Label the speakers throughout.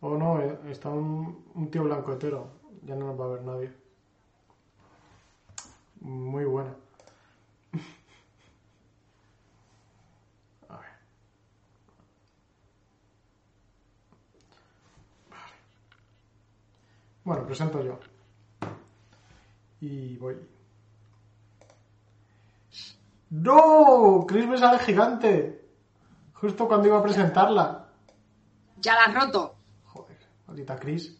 Speaker 1: Oh no, eh, está un, un tío blanco hetero. Ya no nos va a ver nadie. Muy buena. A ver. Vale. Bueno, presento yo. Y voy. ¡No! Chris me sale gigante. Justo cuando iba a presentarla.
Speaker 2: Ya la has roto.
Speaker 1: Joder, maldita Chris.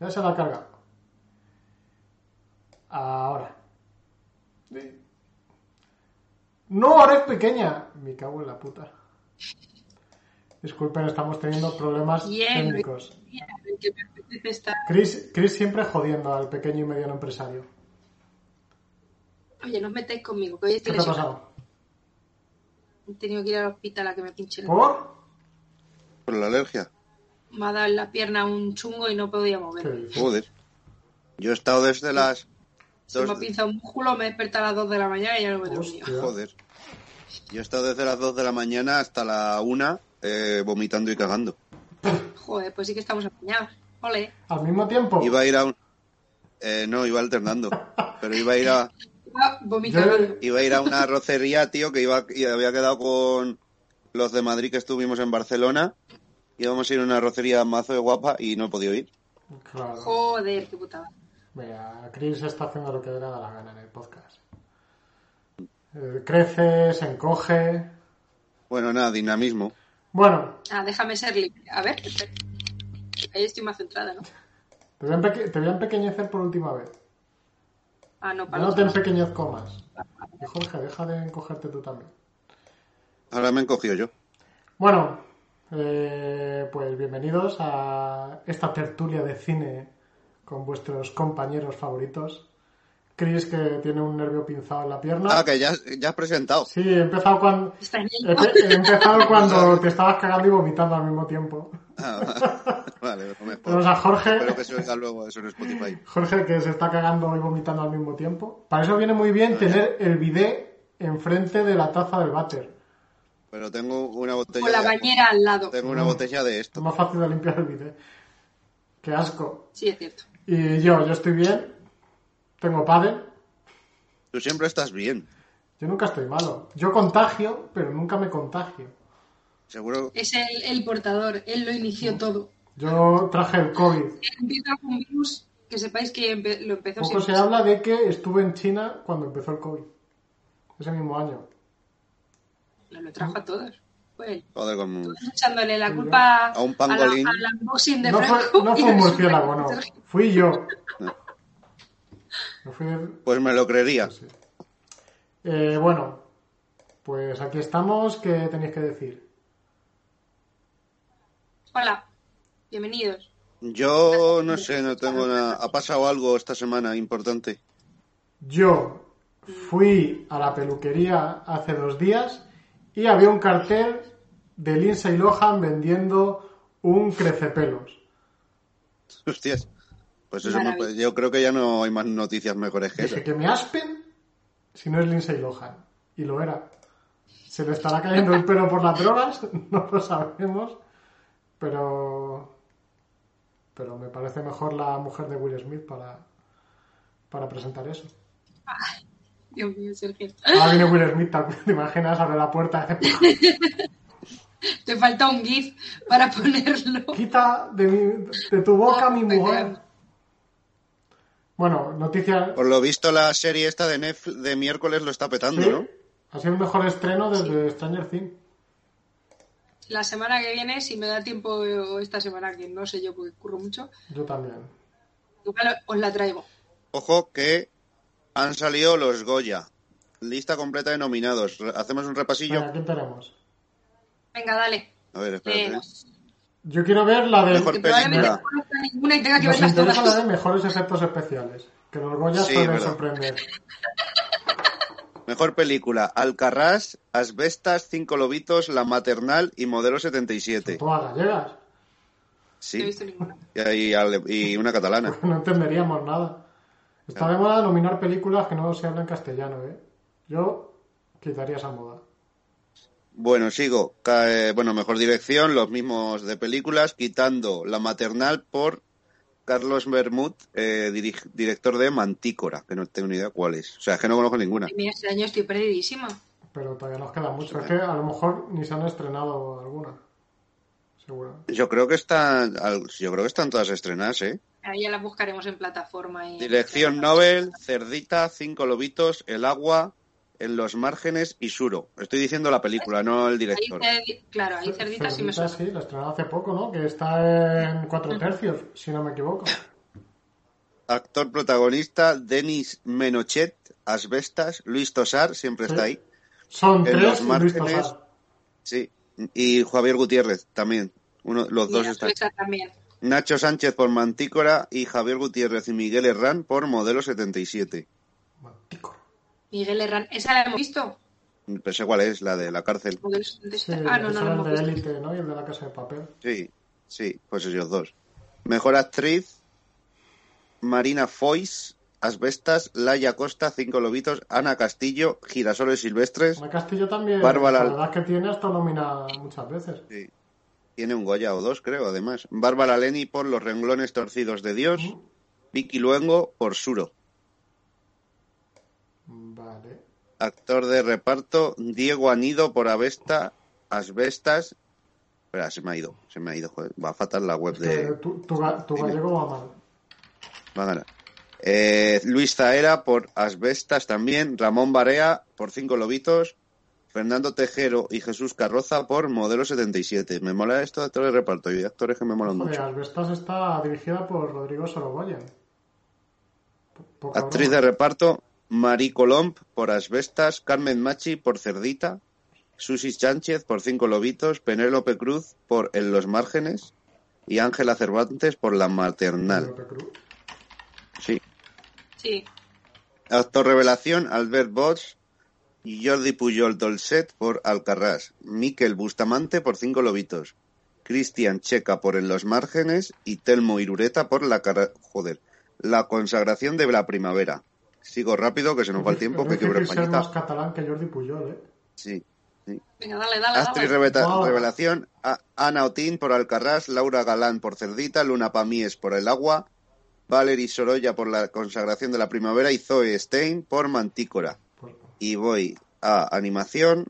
Speaker 1: Ya se la ha cargado. Ahora. Sí. No, ahora es pequeña. Me cago en la puta. Disculpen, estamos teniendo problemas
Speaker 2: Bien,
Speaker 1: técnicos.
Speaker 2: Mira, que me apetece estar.
Speaker 1: Chris, Chris siempre jodiendo al pequeño y mediano empresario.
Speaker 2: Oye, no os metáis conmigo, que hoy
Speaker 1: ¿Qué
Speaker 2: estoy
Speaker 1: te ha
Speaker 2: lesionada.
Speaker 1: pasado?
Speaker 2: He tenido que ir al hospital a que me pinchen.
Speaker 1: ¿Por?
Speaker 3: Por la alergia.
Speaker 2: Me ha dado en la pierna un chungo y no podía moverme.
Speaker 1: ¿Qué dices?
Speaker 3: Joder. Yo he estado desde las.
Speaker 2: Se me ha
Speaker 3: dos-
Speaker 2: pinzado un músculo, me he despertado a las 2 de la mañana y ya no me he dormido.
Speaker 1: Hostia.
Speaker 3: Joder. Yo he estado desde las 2 de la mañana hasta la 1 eh, vomitando y cagando.
Speaker 2: Joder, pues sí que estamos apañados. Ole.
Speaker 1: Al mismo tiempo.
Speaker 3: Iba a ir a un. eh, no, iba alternando. Pero iba a ir a,
Speaker 2: Ah, vomitando.
Speaker 1: Yo-
Speaker 3: iba a ir a una arrocería, tío, que iba y había quedado con los de Madrid que estuvimos en Barcelona. Íbamos a ir a una arrocería mazo de guapa y no he podido ir.
Speaker 1: Claro.
Speaker 2: Joder, qué putada.
Speaker 1: Mira, Chris está haciendo lo que le da la gana en el podcast. Eh, crece, se encoge.
Speaker 3: Bueno, nada, dinamismo.
Speaker 1: Bueno,
Speaker 2: Ah, déjame ser libre. A ver, espera. ahí estoy más centrada, ¿no?
Speaker 1: te voy a, empeque- te voy a empequeñecer por última vez.
Speaker 2: Ah, no,
Speaker 1: Ya
Speaker 2: para
Speaker 1: no te
Speaker 2: otro.
Speaker 1: empequeñezco más. Y Jorge, deja de encogerte tú también.
Speaker 3: Ahora me he encogido yo.
Speaker 1: Bueno, eh, pues bienvenidos a esta tertulia de cine con vuestros compañeros favoritos. Chris, que tiene un nervio pinzado en la pierna.
Speaker 3: Ah, que ya, ya has presentado.
Speaker 1: Sí, he empezado cuando,
Speaker 2: Está en
Speaker 1: he, pe- he empezado cuando te estabas cagando y vomitando al mismo tiempo.
Speaker 3: Ah, vale, no me
Speaker 1: Tenemos
Speaker 3: jodas.
Speaker 1: a Jorge,
Speaker 3: Espero que se oiga luego eso en Spotify.
Speaker 1: Jorge que se está cagando y vomitando al mismo tiempo. Para eso viene muy bien tener el bidé enfrente de la taza del váter.
Speaker 3: Pero tengo una botella.
Speaker 2: con la
Speaker 3: de agua.
Speaker 2: bañera al lado.
Speaker 3: Tengo una botella de
Speaker 1: Es
Speaker 3: esto.
Speaker 1: más fácil de limpiar el bidé. Qué asco.
Speaker 2: Sí, es cierto.
Speaker 1: Y yo, yo estoy bien. Tengo padre.
Speaker 3: Tú siempre estás bien.
Speaker 1: Yo nunca estoy malo. Yo contagio, pero nunca me contagio.
Speaker 3: Seguro.
Speaker 2: Es el, el portador, él lo inició todo.
Speaker 1: Yo traje el COVID.
Speaker 2: Empieza con virus, que sepáis que empe- lo empezó
Speaker 1: Poco se
Speaker 2: siempre.
Speaker 1: habla de que estuve en China cuando empezó el COVID. Ese mismo año.
Speaker 2: Nos lo trajo a todos. Fue él.
Speaker 3: Joder, con...
Speaker 2: Todos echándole la culpa
Speaker 3: A un
Speaker 2: la-
Speaker 3: pangolín.
Speaker 2: al unboxing de
Speaker 1: No fue,
Speaker 2: Franco
Speaker 1: no
Speaker 2: y
Speaker 1: fue un
Speaker 2: resulta
Speaker 1: murciélago,
Speaker 2: que
Speaker 1: no.
Speaker 2: Sergio-
Speaker 1: Fui yo.
Speaker 3: No.
Speaker 1: No fui el-
Speaker 3: Pues me lo creería.
Speaker 1: sí. Eh, bueno, pues aquí estamos. ¿Qué tenéis que decir?
Speaker 2: Hola, bienvenidos.
Speaker 3: Yo no sé, no tengo nada. ¿Ha pasado algo esta semana importante?
Speaker 1: Yo fui a la peluquería hace dos días y había un cartel de Lindsay Lohan vendiendo un crecepelos.
Speaker 3: Hostias. Pues eso,
Speaker 2: Maravilla.
Speaker 3: pues yo creo que ya no hay más noticias mejores que
Speaker 1: Dije
Speaker 3: esas.
Speaker 1: que me aspen si no es Lindsay Lohan. Y lo era. ¿Se le estará cayendo el pelo por las drogas? No lo sabemos. Pero. Pero me parece mejor la mujer de Will Smith para, para presentar eso.
Speaker 2: Dios mío, Sergio.
Speaker 1: Ahora viene Will Smith, tal- te imaginas, abre la puerta, hace,
Speaker 2: Te falta un GIF para ponerlo.
Speaker 1: quita de, mi- de tu boca mi mujer. Bueno, noticias.
Speaker 3: Por lo visto, la serie esta de Netflix de miércoles lo está petando,
Speaker 1: Sí,
Speaker 3: ¿no?
Speaker 1: Ha sido el mejor estreno desde Stranger Things.
Speaker 2: La semana que viene, si me da tiempo, o esta semana que no sé yo porque curro mucho,
Speaker 1: Yo también.
Speaker 2: igual os la traigo.
Speaker 3: Ojo que han salido los Goya. Lista completa de nominados. Re- Hacemos un repasillo.
Speaker 1: Venga, ¿quién tenemos?
Speaker 2: Venga, dale.
Speaker 3: A ver, espérate.
Speaker 2: Eh,
Speaker 1: Yo quiero ver la de.
Speaker 3: Mejor
Speaker 2: que probablemente
Speaker 3: película.
Speaker 2: no conozca ninguna y tenga que
Speaker 1: Nos
Speaker 2: verlas
Speaker 1: interesa la
Speaker 2: todas.
Speaker 1: de mejores efectos especiales. Que los Goya
Speaker 3: Sí,
Speaker 1: suelen
Speaker 3: verdad.
Speaker 1: sorprender.
Speaker 3: Mejor película, Alcarrás, Asbestas, Cinco Lobitos, La Maternal y Modelo 77.
Speaker 1: Todas Pues gallegas.
Speaker 2: No he
Speaker 3: Sí,
Speaker 2: visto ninguna.
Speaker 3: y, hay ale- y una catalana.
Speaker 1: No entenderíamos nada. Está de moda nominar películas que no se hablan castellano, ¿eh? Yo quitaría esa moda.
Speaker 3: Bueno, sigo. Ca- eh, Bueno, mejor dirección, los mismos de películas, quitando La Maternal por Carlos Bermud, eh, dirij- director de Mantícora, que no tengo ni idea cuál es. O sea, es que no conozco ninguna.
Speaker 2: Y Mira, este año estoy perdidísima.
Speaker 1: Pero todavía nos queda mucho. Es que a lo mejor ni se han estrenado alguna. Seguro.
Speaker 3: Yo creo que están, al- yo creo que están todas estrenadas, ¿eh?
Speaker 2: Ahí ya la buscaremos en plataforma. Y...
Speaker 3: Dirección Nobel, Cerdita, Cinco Lobitos, El Agua, En los Márgenes y Suro. Estoy diciendo la película, no el
Speaker 2: Ahí
Speaker 3: director.
Speaker 2: Cerdi- Claro, ahí Cerdita sí me
Speaker 1: Cerdita
Speaker 2: suena.
Speaker 1: sí, la estrenaron hace poco, ¿no? Que está en cuatro tercios, si no me equivoco.
Speaker 3: Actor protagonista, Denis Menochet, Asbestas, Luis Tosar, siempre está ahí.
Speaker 1: Son
Speaker 3: En
Speaker 1: tres
Speaker 3: los
Speaker 1: y Luis
Speaker 3: márgenes,
Speaker 1: Tosar.
Speaker 3: Sí. Y Javier Gutiérrez también. Uno, los
Speaker 2: Y
Speaker 3: dos
Speaker 2: la
Speaker 3: están.
Speaker 2: sueca también.
Speaker 3: Nacho Sánchez por Mantícora y Javier Gutiérrez y Miguel Herrán por Modelo 77.
Speaker 1: Mantícora.
Speaker 2: Miguel Herrán. ¿Esa la hemos visto?
Speaker 3: Pensé cuál Pues es, la de la cárcel.
Speaker 2: Porque es de
Speaker 1: Sí,
Speaker 2: esta- ah, no,
Speaker 1: que
Speaker 2: no,
Speaker 1: son
Speaker 2: no
Speaker 1: el
Speaker 2: hemos
Speaker 1: de
Speaker 2: visto.
Speaker 1: élite, ¿no? Y el de la casa de papel.
Speaker 3: Sí, sí, pues ellos dos. Mejor actriz, Marina Foix, Asbestas, Laia Costa, Cinco Lobitos, Ana Castillo, Girasoles Silvestres.
Speaker 1: Ana Castillo también,
Speaker 3: Bárbara-
Speaker 1: la verdad es que tiene, hasta nominada muchas veces.
Speaker 3: Sí. Tiene un Goya o dos, creo, además. Bárbara Leni por Los Renglones Torcidos de Dios, Vicky Luengo por Suro.
Speaker 1: Vale.
Speaker 3: Actor de reparto, Diego Anido por Avesta, Asbestas. Espera, se me ha ido, se me ha ido, joder. Va a fatal la web
Speaker 1: Eh,
Speaker 3: de.
Speaker 1: tu, tu ga- tu
Speaker 3: dime.
Speaker 1: gallego va mal.
Speaker 3: Va a ganar. Eh, Luis Zaera por Asbestas también, Ramón Barea por Cinco Lobitos, Fernando Tejero y Jesús Carroza por Modelo 77. Me mola esto de actor de reparto y de actores que me molan
Speaker 1: Joder,
Speaker 3: mucho.
Speaker 1: Alvestas está dirigida por Rodrigo Sorogoyen. Po- poca
Speaker 3: Actriz de
Speaker 1: broma.
Speaker 3: reparto, Marie Colomb por Asbestas, Carmen Machi por Cerdita, Susi Sánchez por Cinco Lobitos, Penélope Cruz por En los Márgenes y Ángela Cervantes por La Maternal.
Speaker 1: Penélope Cruz.
Speaker 3: Sí.
Speaker 2: Sí.
Speaker 3: Actor revelación, Albert Bosch y Jordi Pujol Dolcet por Alcarrás, Miquel Bustamante por Cinco Lobitos, Cristian Checa por En los Márgenes y Telmo Irureta por La cara- joder, La Consagración de la Primavera. Sigo rápido que se nos va el tiempo, que
Speaker 1: Es
Speaker 3: quiebro
Speaker 1: difícil ser más
Speaker 3: españita.
Speaker 1: catalán que Jordi Puyol, ¿eh?
Speaker 3: Sí.
Speaker 2: Venga, dale, dale,
Speaker 3: Astrid
Speaker 2: dale.
Speaker 3: Reveta-
Speaker 1: Wow.
Speaker 3: Revelación, A- Ana Otín por Alcarrás, Laura Galán por Cerdita, Luna Pamies por El Agua, Valerie Sorolla por La Consagración de la Primavera y Zoe Stein por Mantícora.
Speaker 1: Pues,
Speaker 3: Y voy a animación.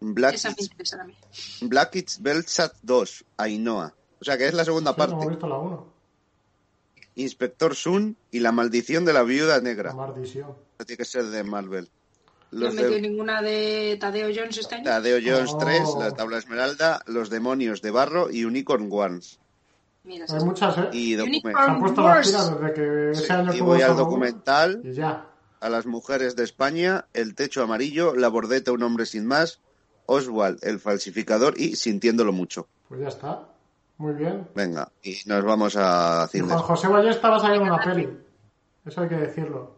Speaker 3: Black,
Speaker 2: Esa me interesa a mí.
Speaker 3: Black It's Belsat 2, Ainhoa. O sea que es la segunda
Speaker 1: sí, no hemos
Speaker 3: parte.
Speaker 1: visto la 1.
Speaker 3: Inspector Sun y La Maldición de la Viuda
Speaker 1: La
Speaker 3: Negra.
Speaker 1: maldición.
Speaker 3: Tiene que ser de Marvel.
Speaker 2: No he
Speaker 3: Los
Speaker 2: metido
Speaker 3: de
Speaker 2: ninguna de Tadeo Jones este año.
Speaker 3: Tadeo Jones
Speaker 1: Oh.
Speaker 3: 3, La Tabla Esmeralda, Los Demonios de Barro y Unicorn Ones.
Speaker 2: Mira,
Speaker 1: Hay muchas, ¿eh?
Speaker 3: Y documental.
Speaker 1: Se
Speaker 2: Unicorn
Speaker 1: han puesto las
Speaker 2: Wars.
Speaker 1: pilas desde que ese año
Speaker 3: y
Speaker 1: tuvo
Speaker 3: voy al
Speaker 1: solo
Speaker 3: documental
Speaker 1: uno, Y ya.
Speaker 3: a las mujeres de España, El techo amarillo, La bordeta un hombre sin más, Oswald el falsificador y Sintiéndolo mucho.
Speaker 1: Pues ya está. Muy bien.
Speaker 3: Venga, y nos vamos a
Speaker 1: Y
Speaker 3: cine.
Speaker 1: Juan José Ballesta va a salir en una peli. Eso hay que decirlo.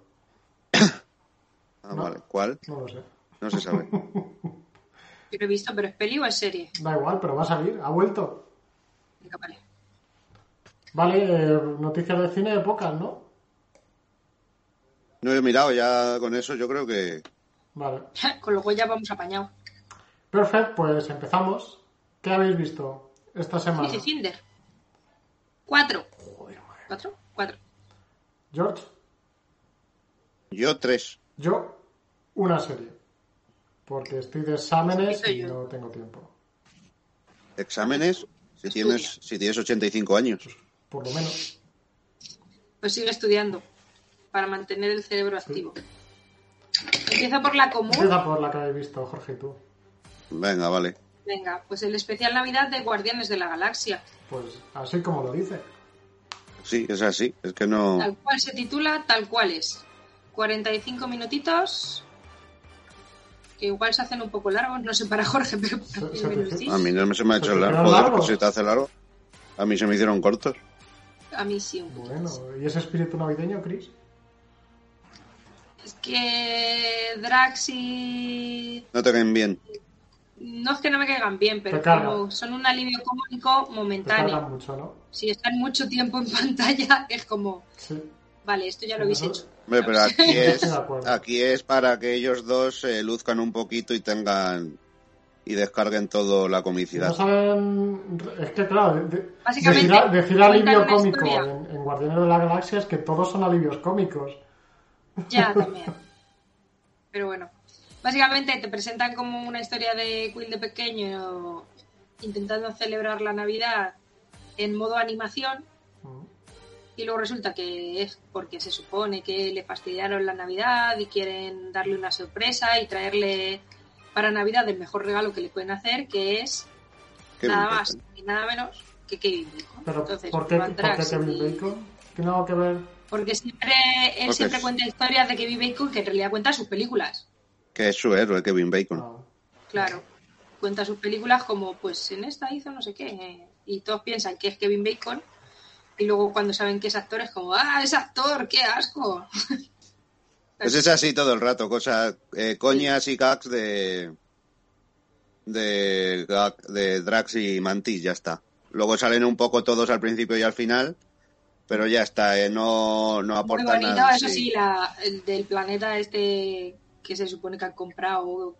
Speaker 3: Ah, vale, ¿cuál?
Speaker 1: No lo sé.
Speaker 3: No se sabe.
Speaker 2: Yo lo he visto, pero ¿es peli o es serie?
Speaker 1: Da igual, pero va a salir. Ha vuelto.
Speaker 2: Venga, vale.
Speaker 1: Vale, eh, noticias de cine de pocas, ¿no?
Speaker 3: No he mirado ya con eso, yo creo que
Speaker 1: Vale.
Speaker 2: Con lo cual ya vamos apañados.
Speaker 1: Perfecto, pues empezamos. ¿Qué habéis visto esta semana?
Speaker 2: Dice Cinder. Cuatro. ¿Cuatro? Cuatro.
Speaker 1: George,
Speaker 3: yo tres.
Speaker 1: yo una serie. Porque estoy de exámenes
Speaker 2: Sí,
Speaker 1: y
Speaker 2: yo.
Speaker 1: no tengo tiempo.
Speaker 3: Exámenes, si tienes, si tienes 85 años.
Speaker 1: Por lo menos.
Speaker 2: Pues sigue estudiando para mantener el cerebro activo.
Speaker 3: Mm.
Speaker 2: Empieza por la común.
Speaker 1: Empieza por la que habéis visto, Jorge, y tú.
Speaker 3: Venga, vale.
Speaker 2: Venga, pues el especial Navidad de Guardianes de la Galaxia,
Speaker 1: Pues así como lo dice.
Speaker 3: Sí, es así. Es que no.
Speaker 2: tal cual se titula, tal cual es. 45 minutitos que igual se hacen un poco largos, no sé para Jorge, pero para mí
Speaker 1: se
Speaker 2: menos
Speaker 1: te-
Speaker 2: sí.
Speaker 3: A mí no se me ha hecho
Speaker 1: ¿Se te
Speaker 3: largo.
Speaker 1: hicieron
Speaker 3: Joder,
Speaker 1: largos?
Speaker 3: pues se te hace largo. A mí se me hicieron cortos.
Speaker 2: a mí sí. un poco.
Speaker 1: Bueno, ¿y ese espíritu navideño, Chris?
Speaker 2: Es que Drax y...
Speaker 3: No te caen bien.
Speaker 2: No es que no me caigan bien, pero
Speaker 1: Te cargan.
Speaker 2: como son un alivio cómico
Speaker 1: Te cargan
Speaker 2: momentáneo.
Speaker 1: mucho, ¿no?
Speaker 2: Si están mucho tiempo en pantalla, es como,
Speaker 1: Sí.
Speaker 2: vale, esto ya lo habéis
Speaker 1: Eso-
Speaker 2: hecho.
Speaker 3: Hombre, pero aquí
Speaker 1: Yo
Speaker 3: es,
Speaker 1: estoy de acuerdo.
Speaker 3: eh, aquí es para que ellos dos se luzcan un poquito y tengan y descarguen todo la
Speaker 1: No
Speaker 3: comicidad.
Speaker 1: saben. Es que, claro, de, de-
Speaker 2: Básicamente,
Speaker 1: decir- decir alivio
Speaker 2: cuentan una
Speaker 1: cómico
Speaker 2: historia.
Speaker 1: en, en Guardianes de la Galaxia es que todos son alivios cómicos.
Speaker 2: Ya, también. Pero bueno. Básicamente te presentan como una historia de Quill de pequeño intentando celebrar la Navidad en modo animación
Speaker 1: Mm.
Speaker 2: y luego resulta que es porque se supone que le fastidiaron la Navidad y quieren darle una sorpresa y traerle para Navidad el mejor regalo que le pueden hacer, que es
Speaker 3: Qué
Speaker 2: nada
Speaker 3: bien,
Speaker 2: más y nada menos que Kevin Bacon.
Speaker 1: Pero,
Speaker 2: Entonces,
Speaker 1: ¿por qué,
Speaker 2: Van
Speaker 1: ¿por qué
Speaker 2: Drax
Speaker 1: Kevin
Speaker 2: y-
Speaker 1: Bacon? Tiene algo que ver.
Speaker 2: Porque siempre, él
Speaker 3: Porque
Speaker 2: siempre
Speaker 3: es-
Speaker 2: cuenta historias de Kevin Bacon que en realidad cuenta sus películas.
Speaker 3: Que es su héroe, Kevin Bacon.
Speaker 1: No.
Speaker 2: Claro. Cuenta sus películas como, pues en esta hizo no sé qué. eh, Y todos piensan que es Kevin Bacon. Y luego cuando saben que es actor es como, ah, es actor, qué asco.
Speaker 3: Pues es así todo el rato, cosas, eh, coñas y gags de, de, gag- de Drax y Mantis, ya está. Luego salen un poco todos al principio y al final, pero ya está, eh, no, no
Speaker 2: Muy
Speaker 3: aportan
Speaker 2: bonito,
Speaker 3: nada.
Speaker 2: eso sí, la, el del planeta este que se supone que han comprado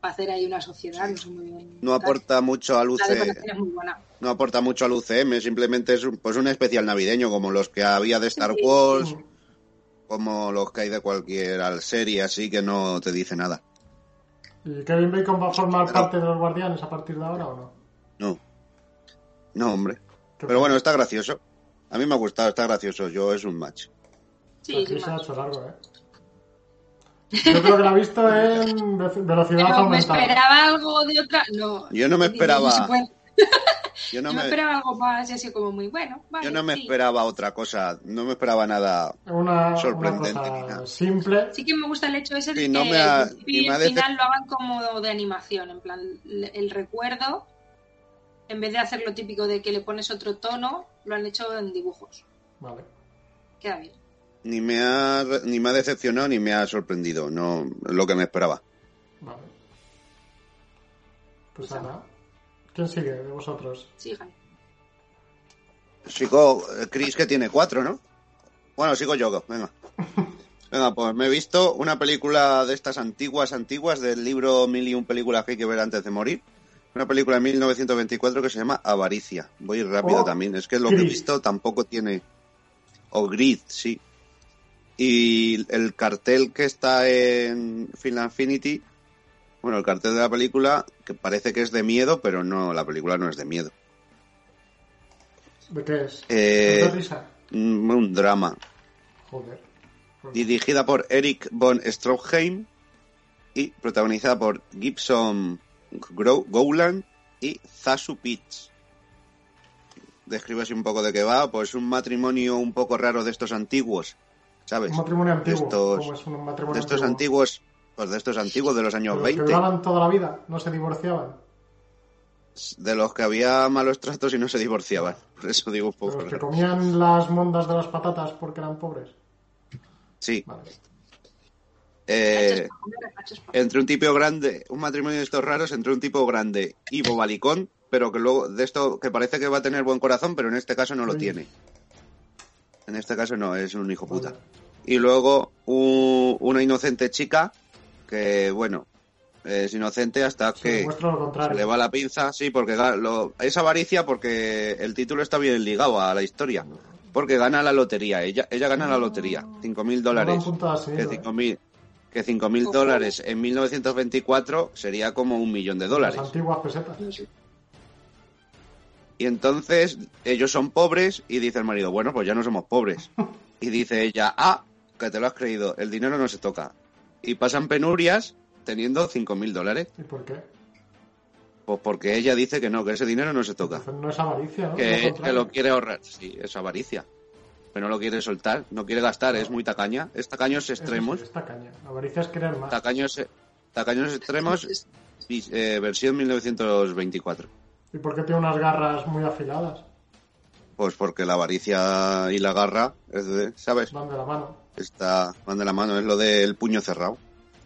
Speaker 2: para hacer ahí una sociedad. No, sé muy bien.
Speaker 3: No aporta mucho al
Speaker 2: La
Speaker 3: UCM,
Speaker 2: decoración es muy buena.
Speaker 3: no aporta mucho al UCM, simplemente es un, pues un especial navideño como los que había de Star Wars,
Speaker 1: Mm.
Speaker 3: como los que hay de cualquier al- serie, así que no te dice nada.
Speaker 1: ¿Y Kevin Bacon va a formar
Speaker 3: Pero-
Speaker 1: parte de los Guardianes a partir de ahora o no?
Speaker 3: No. No, hombre.
Speaker 1: ¿Qué
Speaker 3: Pero bueno, está gracioso. A mí me ha gustado, está gracioso. Yo es un match.
Speaker 2: Sí,
Speaker 1: Aquí
Speaker 2: sí,
Speaker 1: se ha
Speaker 2: más.
Speaker 1: hecho largo, ¿eh? Yo creo que la he visto en ve- velocidad
Speaker 2: Pero me
Speaker 1: aumentada.
Speaker 2: esperaba algo de otra. No,
Speaker 3: Yo no me
Speaker 2: ni- ni
Speaker 3: esperaba-
Speaker 2: se puede.
Speaker 3: Yo
Speaker 2: Yo
Speaker 3: no
Speaker 2: me
Speaker 3: me,
Speaker 2: esperaba algo más, y así como muy bueno. Vale,
Speaker 3: yo no me
Speaker 2: sí.
Speaker 3: esperaba otra cosa. No me esperaba nada.
Speaker 1: Una, una
Speaker 3: Sorprendente,
Speaker 1: cosa
Speaker 3: mira.
Speaker 1: simple.
Speaker 2: Sí que me gusta el hecho ese de
Speaker 3: Sí, no
Speaker 2: que
Speaker 3: me ha-
Speaker 2: al principio
Speaker 3: ni me ha
Speaker 2: y al final lo hagan como de animación, en plan le- el recuerdo, en vez de hacer lo típico de que le pones otro tono, lo han hecho en dibujos.
Speaker 1: Vale.
Speaker 2: Queda bien.
Speaker 3: Ni me ha, ni me ha decepcionado ni me ha sorprendido. No es lo que me esperaba.
Speaker 1: Vale. Pues nada. ¿Quién sigue de vosotros?
Speaker 2: Sigan.
Speaker 3: Sigo eh, Chris que tiene cuatro, ¿no? Bueno, sigo yo. Venga. Venga, pues me he visto una película de estas antiguas, antiguas, del libro Mil y un películas que hay que ver antes de morir. Una película de 1924 que se llama Avaricia. Voy rápido
Speaker 1: Oh,
Speaker 3: también. Es que lo que he
Speaker 1: Gris.
Speaker 3: visto tampoco tiene... O Grid, sí. Y el cartel que está en Film Infinity, bueno, el cartel de la película, que parece que es de miedo, pero no, la película no es de miedo.
Speaker 1: ¿De qué es?
Speaker 3: Eh,
Speaker 1: ¿De risa?
Speaker 3: Mm, Un drama.
Speaker 1: Joder.
Speaker 3: dirigida por Eric von Stroheim y protagonizada por Gibson Grow- Gowland y Zazu Pitts. Describe así un poco de qué va, pues un matrimonio un poco raro de estos antiguos, ¿sabes?
Speaker 1: Un matrimonio
Speaker 3: pues, De
Speaker 1: antiguo.
Speaker 3: estos-
Speaker 1: ¿Cómo es un matrimonio
Speaker 3: De estos antiguos, pues de estos antiguos de los
Speaker 1: ¿De
Speaker 3: años
Speaker 1: los que
Speaker 3: 20,
Speaker 1: duraban toda la vida, no se divorciaban.
Speaker 3: de los que había malos tratos y no se divorciaban. Por eso digo un
Speaker 1: De
Speaker 3: poco
Speaker 1: los que
Speaker 3: raro.
Speaker 1: comían las mondas de las patatas porque eran pobres.
Speaker 3: Sí.
Speaker 1: Vale.
Speaker 3: Eh,
Speaker 2: Hachas pa' comer, hachas pa' comer.
Speaker 3: entre un tipo grande, un matrimonio de estos raros, entre un tipo grande y bobalicón, pero que luego de esto que parece que va a tener buen corazón, pero en este caso no lo
Speaker 1: Sí.
Speaker 3: tiene. En este caso no, es un hijo puta. Y luego u- una inocente chica que, bueno, es inocente hasta
Speaker 1: Se
Speaker 3: que
Speaker 1: demuestra lo
Speaker 3: se
Speaker 1: contrario.
Speaker 3: le va la pinza, sí, porque ga- lo- es avaricia porque el título está bien ligado a la historia. Porque gana la lotería, ella, ella gana la lotería, cinco mil dólares
Speaker 1: Ah. No van puntadas
Speaker 3: que
Speaker 1: seguidas,
Speaker 3: 5.000 que 5.000 dólares en 1924 sería como un millón de
Speaker 1: Las
Speaker 3: dólares.
Speaker 1: antiguas pesetas.
Speaker 3: eh,
Speaker 2: No sé.
Speaker 3: Y entonces ellos son pobres y dice el marido, bueno, pues ya no somos pobres. Y dice ella, ah, que te lo has creído, el dinero no se toca. Y pasan penurias teniendo 5.000 dólares,
Speaker 1: ¿Y por qué?
Speaker 3: pues porque ella dice que no, que ese dinero no se toca.
Speaker 1: Entonces no es avaricia, ¿no? Lo
Speaker 3: Que, que
Speaker 1: contrario.
Speaker 3: lo quiere ahorrar, sí, es avaricia. Pero no lo quiere soltar, no quiere gastar, es muy tacaña. Es tacaños
Speaker 1: Eso
Speaker 3: extremos,
Speaker 1: sí, esta caña. Avaricia es querer más.
Speaker 3: tacaños, tacaños extremos
Speaker 2: pues, Es-
Speaker 3: Sí, eh, versión 1924.
Speaker 1: ¿Y por qué tiene unas garras muy afiladas?
Speaker 3: Pues porque la avaricia y la garra, es de- ¿sabes?
Speaker 1: Van de la mano.
Speaker 3: Está, van de la mano, es lo del puño cerrado.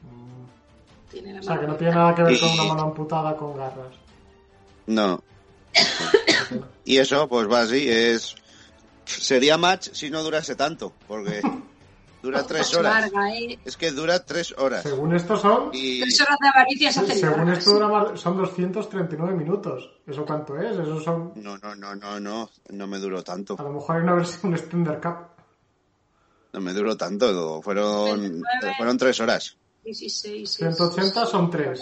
Speaker 1: Mm.
Speaker 2: tiene la
Speaker 1: O sea, que no
Speaker 2: mano
Speaker 1: tiene nada que ver con
Speaker 3: Y-
Speaker 1: una mano amputada con garras.
Speaker 3: No. Y eso, pues va así, es... Sería match si no durase tanto, porque Dura tres
Speaker 2: Es
Speaker 3: horas.
Speaker 2: larga, ¿eh?
Speaker 3: Es que dura tres horas.
Speaker 1: Según esto son.
Speaker 3: Y
Speaker 2: Tres horas de avaricias hacen
Speaker 1: Según
Speaker 2: largas.
Speaker 1: esto dura más- son 239 minutos. ¿Eso cuánto es? Eso son.
Speaker 3: no, no, no, no, no, no me duró tanto.
Speaker 1: A lo mejor hay una versión Standard Cup.
Speaker 3: No me duró tanto. Fueron,
Speaker 2: 29.
Speaker 3: fueron tres horas.
Speaker 2: 16,
Speaker 1: 180 son 3.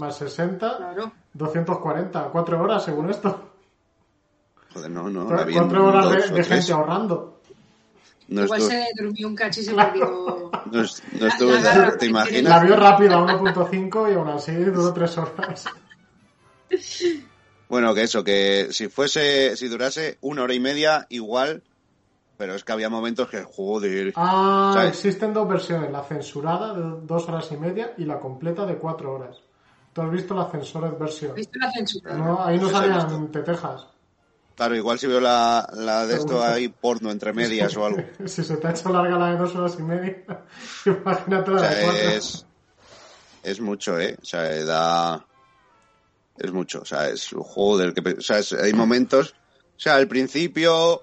Speaker 1: Más 60,
Speaker 2: Claro.
Speaker 1: 240. 4 horas según esto.
Speaker 3: Joder, no, no. habían
Speaker 1: 4 horas
Speaker 3: dos
Speaker 1: de,
Speaker 3: o
Speaker 1: de
Speaker 3: tres.
Speaker 1: gente Pues ahorrando.
Speaker 3: No
Speaker 2: Igual
Speaker 3: estuvo-
Speaker 2: se durmió un cacho y se perdió.
Speaker 3: no es- no
Speaker 2: La-
Speaker 3: estuvo
Speaker 2: la
Speaker 3: tan-
Speaker 2: garra
Speaker 3: ¿Te
Speaker 2: que
Speaker 1: La
Speaker 3: imaginas?
Speaker 1: vio rápida a 1.5 y aún así duró 3 horas.
Speaker 3: Bueno, que eso, que si fuese, si durase una hora y media, igual. Pero es que había momentos que, joder.
Speaker 1: Ah,
Speaker 3: ¿Sabes?
Speaker 1: existen dos versiones, la censurada de 2 horas y media y la completa de 4 horas. Tú has visto la censored versión.
Speaker 2: ¿Viste la censura?
Speaker 1: No, ahí no
Speaker 3: Esa he
Speaker 1: salían tetejas.
Speaker 3: Claro, igual si veo la, la de esto
Speaker 1: Seguro.
Speaker 3: ahí porno entre medias o algo.
Speaker 1: Si se te ha hecho larga la de dos horas y media, imagínate
Speaker 3: O
Speaker 1: la
Speaker 3: sea,
Speaker 1: de cuatro.
Speaker 3: es, es mucho, ¿eh? O sea, da... Es mucho, o sea, es un juego del que... pe- O sea, es- hay momentos... O sea, al principio...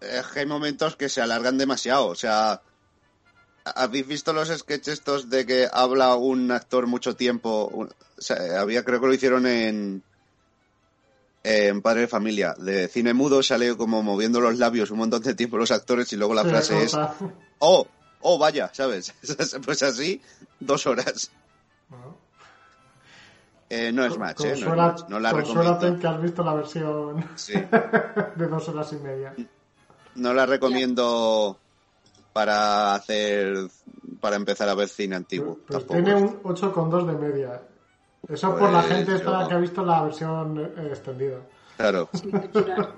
Speaker 3: eh, hay momentos que se alargan demasiado, o sea... ¿Habéis visto los sketches estos de que habla un actor mucho tiempo? Un- o sea, había, creo que lo hicieron en... En Padre de Familia, de cine mudo sale como moviendo los labios un montón de tiempo los actores y luego la
Speaker 1: Sí,
Speaker 3: frase es
Speaker 1: corta.
Speaker 3: oh, oh, vaya, ¿sabes? pues así, dos horas.
Speaker 1: Bueno,
Speaker 3: Eh, no es match, ¿eh? No, es
Speaker 1: consuela-
Speaker 3: match. No la
Speaker 1: consúlate
Speaker 3: recomiendo.
Speaker 1: que has visto la versión
Speaker 3: Sí.
Speaker 1: de dos horas y media.
Speaker 3: No la recomiendo para hacer, para empezar a ver cine antiguo.
Speaker 1: Pues
Speaker 3: tampoco.
Speaker 1: tiene un 8,2 de media. Eso por la
Speaker 3: Pues
Speaker 1: gente esta
Speaker 3: yo-
Speaker 1: que ha visto la versión eh, extendida.
Speaker 3: Claro.
Speaker 2: Sí, censurar.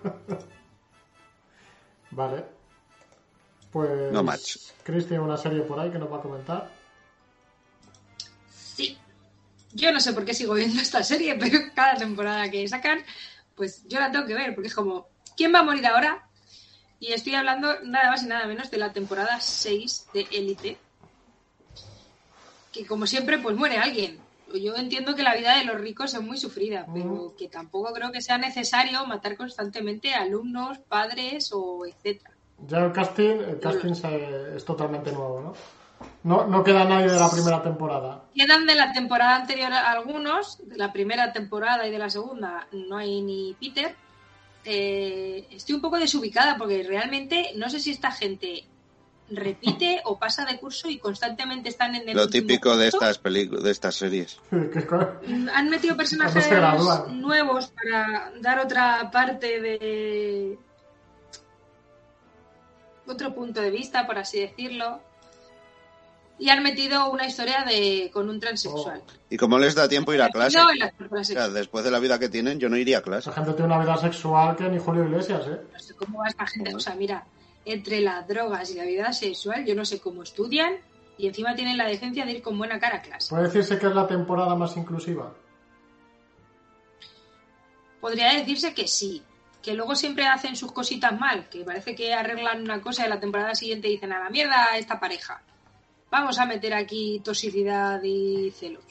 Speaker 1: Vale. Pues.
Speaker 3: No match.
Speaker 1: Chris tiene una serie por ahí que nos va a comentar.
Speaker 2: Sí. Yo no sé por qué sigo viendo esta serie, pero cada temporada que sacan, pues yo la tengo que ver, porque es como, ¿quién va a morir ahora? Y estoy hablando nada más y nada menos de la temporada 6 de Élite. Que como siempre, pues muere alguien. Yo entiendo que la vida de los ricos es muy sufrida, pero que tampoco creo que sea necesario matar constantemente a alumnos, padres o etcétera.
Speaker 1: Ya el casting, el casting se- es totalmente nuevo, ¿no? No, no queda nadie de la primera temporada.
Speaker 2: Quedan de la temporada anterior algunos, de la primera temporada y de la segunda no hay ni Peter. Eh, estoy un poco desubicada porque realmente no sé si esta gente repite o pasa de curso y constantemente están en el
Speaker 3: Lo
Speaker 2: último
Speaker 3: típico de
Speaker 2: curso.
Speaker 3: estas películas, de estas series.
Speaker 1: Que co-
Speaker 2: Mm, Han metido personajes
Speaker 1: Cuando se gradúan.
Speaker 2: nuevos para dar otra parte de otro punto de vista, por así decirlo. Y han metido una historia de con un transexual.
Speaker 3: ¿Y cómo les da tiempo ir a clase?
Speaker 2: No,
Speaker 3: O
Speaker 2: en las temporadas
Speaker 3: sea, después de la vida que tienen, yo no iría a clase.
Speaker 1: Esa gente tiene una vida sexual que ni Julio Iglesias, ¿eh?
Speaker 2: no sé cómo va esta gente. O sea, mira, entre las drogas y la vida sexual, yo no sé cómo estudian y encima tienen la decencia de ir con buena cara a clase.
Speaker 1: ¿Puede decirse que es la temporada más inclusiva?
Speaker 2: Podría decirse que sí, que luego siempre hacen sus cositas mal, que parece que arreglan una cosa y la temporada siguiente dicen a la mierda a esta pareja. Vamos a meter aquí toxicidad y celos.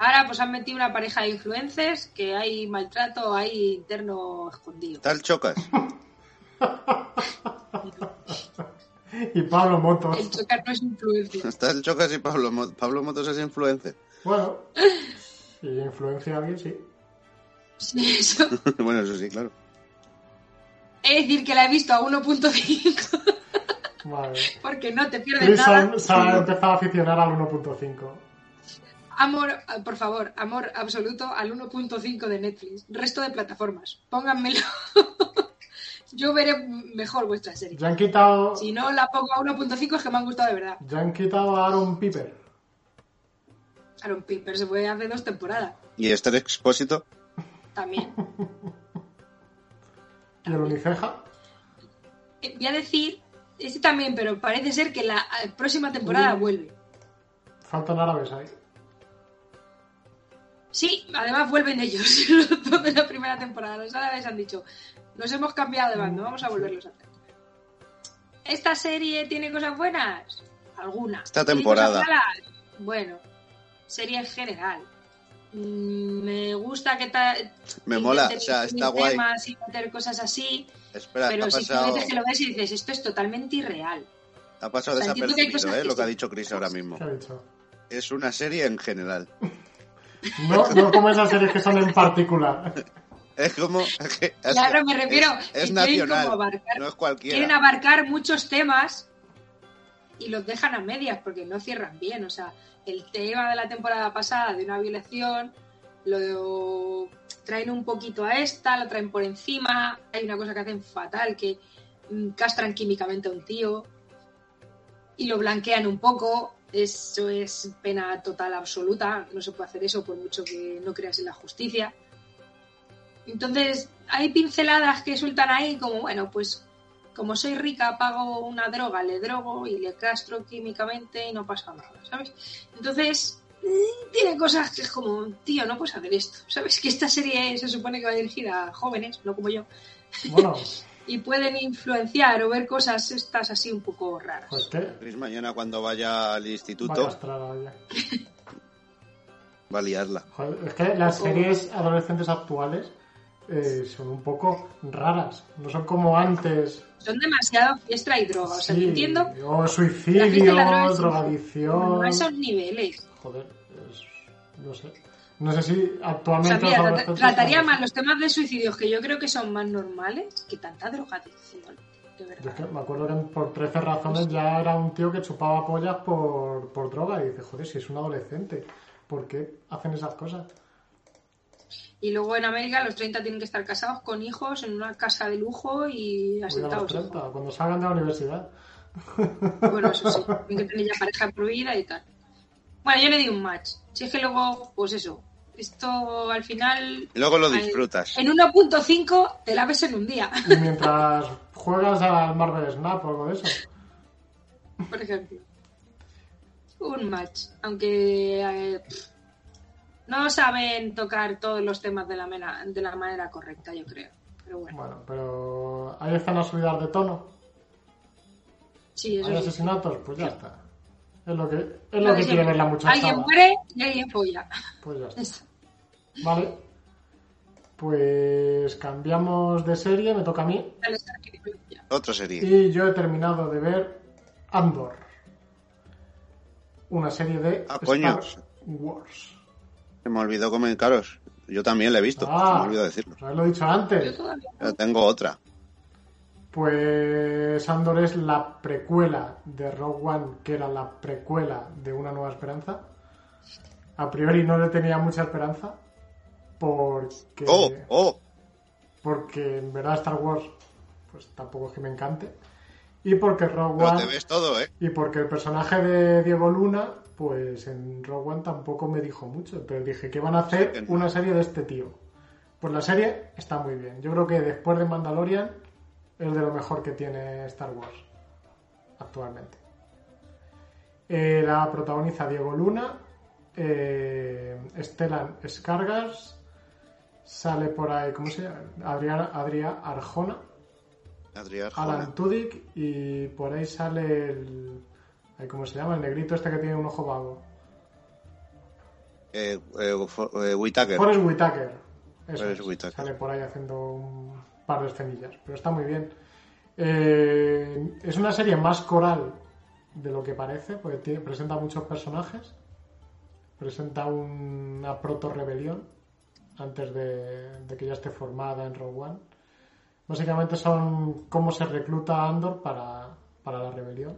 Speaker 2: Ahora pues han metido una pareja de influencers que hay maltrato, hay interno escondido.
Speaker 3: Tal chocas.
Speaker 1: Y Pablo
Speaker 2: El
Speaker 1: Motos.
Speaker 2: chocar no es influencia.
Speaker 3: Tal chocas y Pablo, Mo- Pablo Motos es influencer.
Speaker 1: Bueno. Y influencia a alguien, sí.
Speaker 2: Sí, eso.
Speaker 3: bueno, eso sí, claro.
Speaker 2: Es decir, que la he visto a 1.5
Speaker 1: Vale.
Speaker 2: porque no te pierdes
Speaker 1: Chris se
Speaker 2: nada.
Speaker 1: ha- se ha empezado a aficionar al 1.5.
Speaker 2: Amor, ah, por favor, amor absoluto al 1.5 de Netflix. Resto de plataformas, pónganmelo. Yo veré mejor vuestra serie.
Speaker 1: Ya han quitado.
Speaker 2: Si no la pongo a 1.5 es que me han gustado de verdad.
Speaker 1: Ya han quitado a Aaron Piper.
Speaker 2: Aaron Piper se puede hacer dos temporadas
Speaker 3: ¿Y este expósito?
Speaker 2: también.
Speaker 1: Y el Uniceja.
Speaker 2: Eh, Voy a decir, este también, pero parece ser que la eh, próxima temporada vuelve.
Speaker 1: Faltan árabes ahí.
Speaker 2: Sí, además vuelven ellos, los dos de la primera temporada. Los árabes han dicho, nos hemos cambiado de bando, vamos a volverlos a hacer. ¿Esta serie tiene cosas buenas? Alguna.
Speaker 3: Esta
Speaker 2: ¿Tiene
Speaker 3: temporada.
Speaker 2: cosas malas? Bueno, serie en general. Mm, Me gusta que ta-
Speaker 3: Me
Speaker 2: intenten
Speaker 3: mola, o sea, está
Speaker 2: incluir
Speaker 3: guay.
Speaker 2: temas y meter cosas así,
Speaker 3: Espera,
Speaker 2: pero
Speaker 3: ha
Speaker 2: sí que a
Speaker 3: pasado...
Speaker 2: veces que lo ves y dices, esto es totalmente irreal.
Speaker 3: Ha pasado
Speaker 2: O sea, entiendo que hay
Speaker 3: desapercibido,
Speaker 2: cosas
Speaker 3: ¿eh?
Speaker 2: que
Speaker 3: Lo que ha
Speaker 2: sí.
Speaker 3: dicho Chris ahora mismo.
Speaker 1: ¿Qué ha dicho?
Speaker 3: Es una serie en general.
Speaker 1: No, no como esas series que son en particular.
Speaker 3: Es como. es que- es-
Speaker 2: Claro, me refiero,
Speaker 3: Es, es
Speaker 2: que quieren como
Speaker 3: nacional.
Speaker 2: abarcar-
Speaker 3: No es
Speaker 2: Quieren
Speaker 3: cualquiera.
Speaker 2: abarcar muchos temas y los dejan a medias porque no cierran bien. O sea, el tema de la temporada pasada de una violación lo traen un poquito a esta, la traen por encima. Hay una cosa que hacen fatal, que mm, castran químicamente a un tío y lo blanquean un poco. Eso es pena total absoluta. No se puede hacer eso por mucho que no creas en la justicia. Entonces, hay pinceladas que sueltan ahí como, bueno, pues como soy rica, pago una droga, le drogo y le castro químicamente y no pasa nada, ¿sabes? Entonces, mm, tiene cosas que es como, tío, no puedes hacer esto, ¿sabes? Que esta serie se supone que va dirigida a jóvenes, no como yo,
Speaker 1: Bueno, pues
Speaker 2: y pueden influenciar o ver cosas estas así un poco raras.
Speaker 1: pues qué.
Speaker 3: Chris mañana cuando vaya al
Speaker 1: Va a
Speaker 3: instituto
Speaker 1: castrar a ella.
Speaker 3: va a liarla.
Speaker 1: Joder, es que las series adolescentes actuales eh, son un poco raras. No son como antes.
Speaker 2: Son demasiado fiesta y droga, o sea,
Speaker 1: Sí,
Speaker 2: yo entiendo,
Speaker 1: O
Speaker 2: La gente
Speaker 1: suicidio,
Speaker 2: la droga es-
Speaker 1: drogadicción.
Speaker 2: no a esos niveles.
Speaker 1: Joder, es- no sé. No sé si
Speaker 2: O sea,
Speaker 1: actualmente.
Speaker 2: mira,
Speaker 1: los
Speaker 2: tra-
Speaker 1: adolescentes
Speaker 2: trataría
Speaker 1: son-
Speaker 2: más los temas de suicidios que yo creo que son más normales que tanta drogadicción, de
Speaker 1: Yo es que
Speaker 2: verdad.
Speaker 1: me acuerdo que por 13 razones ya era un tío que chupaba pollas por, por droga. Y dice, joder, si es un adolescente, ¿por qué hacen esas cosas?
Speaker 2: Y luego en América los 30 tienen que estar casados con hijos en una casa de lujo y
Speaker 1: Voy a los
Speaker 2: asentados.
Speaker 1: 30, cuando salgan de la universidad.
Speaker 2: Bueno, eso sí, tienen que tener ya pareja prohibida y tal. Bueno, yo le di un match. Si es que luego, pues eso, esto al final...
Speaker 3: Y luego lo
Speaker 2: al-
Speaker 3: disfrutas.
Speaker 2: En 1.5 te la ves en un día,
Speaker 1: Y mientras juegas al Marvel Snap o algo de eso.
Speaker 2: por ejemplo. Un match. Aunque... eh, pff, no saben tocar todos los temas de la, mena- de la manera correcta, yo creo. Pero bueno,
Speaker 1: Bueno, pero hay escenas subidas de tono,
Speaker 2: sí, eso
Speaker 1: hay
Speaker 2: sí.
Speaker 1: asesinatos, pues ya está. Es lo que, es
Speaker 2: Lo
Speaker 1: lo
Speaker 2: de
Speaker 1: que quiere
Speaker 2: siempre.
Speaker 1: ver la
Speaker 2: Alguien
Speaker 1: muchachada.
Speaker 2: muere y alguien folla.
Speaker 1: Pues ya está.
Speaker 2: Eso.
Speaker 1: Vale. Pues cambiamos de serie, me toca a mí.
Speaker 2: Dale, esa referencia.
Speaker 3: Otra serie.
Speaker 1: Y yo he terminado de ver Andor. Una serie de
Speaker 3: Ah, coño.
Speaker 1: Star Pues, Wars.
Speaker 3: Se me olvidó comentaros. Yo también la he visto. Se
Speaker 1: Ah.
Speaker 3: me olvidó decirlo.
Speaker 1: Os lo he dicho
Speaker 2: Yo
Speaker 1: antes.
Speaker 2: todavía no.
Speaker 3: Pero tengo otra.
Speaker 1: Pues Andor es la precuela de Rogue One, que era la precuela de Una Nueva Esperanza. A priori no le tenía mucha esperanza. Porque.
Speaker 3: ¡Oh! ¡Oh!
Speaker 1: Porque en verdad Star Wars. Pues tampoco es que me encante. Y porque Rogue
Speaker 3: Pero
Speaker 1: One.
Speaker 3: te ves todo, ¿eh?
Speaker 1: Y porque el personaje de Diego Luna, pues en Rogue One tampoco me dijo mucho, pero dije que van a
Speaker 3: Sí,
Speaker 1: hacer
Speaker 3: que no.
Speaker 1: una serie de este tío. Pues la serie está muy bien. Yo creo que después de Mandalorian es de lo mejor que tiene Star Wars actualmente. Eh, la protagoniza Diego Luna, eh, Stellan Scargas, sale por ahí, ¿cómo se llama? Adrián, Adrián Arjona.
Speaker 3: Adrián
Speaker 1: Alan
Speaker 3: Arjona.
Speaker 1: Tudyk y por ahí sale el... ay, ¿Cómo se llama? El negrito este que tiene un ojo vago.
Speaker 3: Eh, eh, For- eh, Whittaker.
Speaker 1: Forrest Whitaker. Eso
Speaker 3: Forrest
Speaker 1: es.
Speaker 3: Whitaker.
Speaker 1: Sale por ahí haciendo un par de escenillas. Pero está muy bien. Eh, es una serie más coral de lo que parece, porque tiene- presenta muchos personajes. Presenta un- una proto-rebelión antes de, de que ya esté formada en Rogue One. Básicamente son cómo se recluta a Andor para, para la rebelión.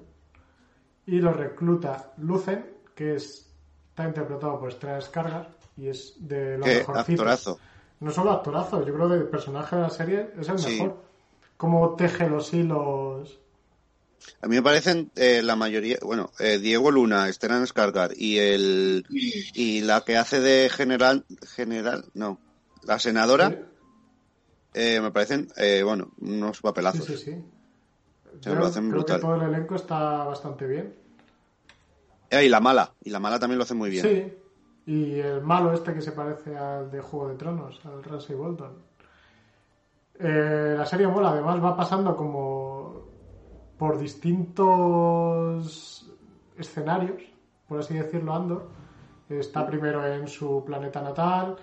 Speaker 1: Y lo recluta Lucen, que es, está interpretado por Estrella Cargas y es de lo
Speaker 3: ¡Qué
Speaker 1: mejorcito.
Speaker 3: actorazo!
Speaker 1: No solo actorazo, yo creo que el personaje de la serie es el
Speaker 3: Sí.
Speaker 1: mejor. Cómo teje los hilos.
Speaker 3: A mí me parecen eh, la mayoría, bueno, eh, Diego Luna, Estelan Skargar y el y la que hace de general, general, no, la senadora,
Speaker 1: Sí,
Speaker 3: eh, me parecen, eh, bueno, unos
Speaker 1: Sí,
Speaker 3: papelazos.
Speaker 1: sí, sí.
Speaker 3: Se lo
Speaker 1: Creo-
Speaker 3: hacen
Speaker 1: creo que
Speaker 3: brutal.
Speaker 1: todo el elenco está bastante bien.
Speaker 3: Eh, y la mala, y la mala también lo hace muy bien.
Speaker 1: Sí. Y el malo este que se parece al de Juego de Tronos, al Ramsay Bolton. Eh, la serie mola, además va pasando como por distintos escenarios, por así decirlo, Andor. Está primero en su planeta natal,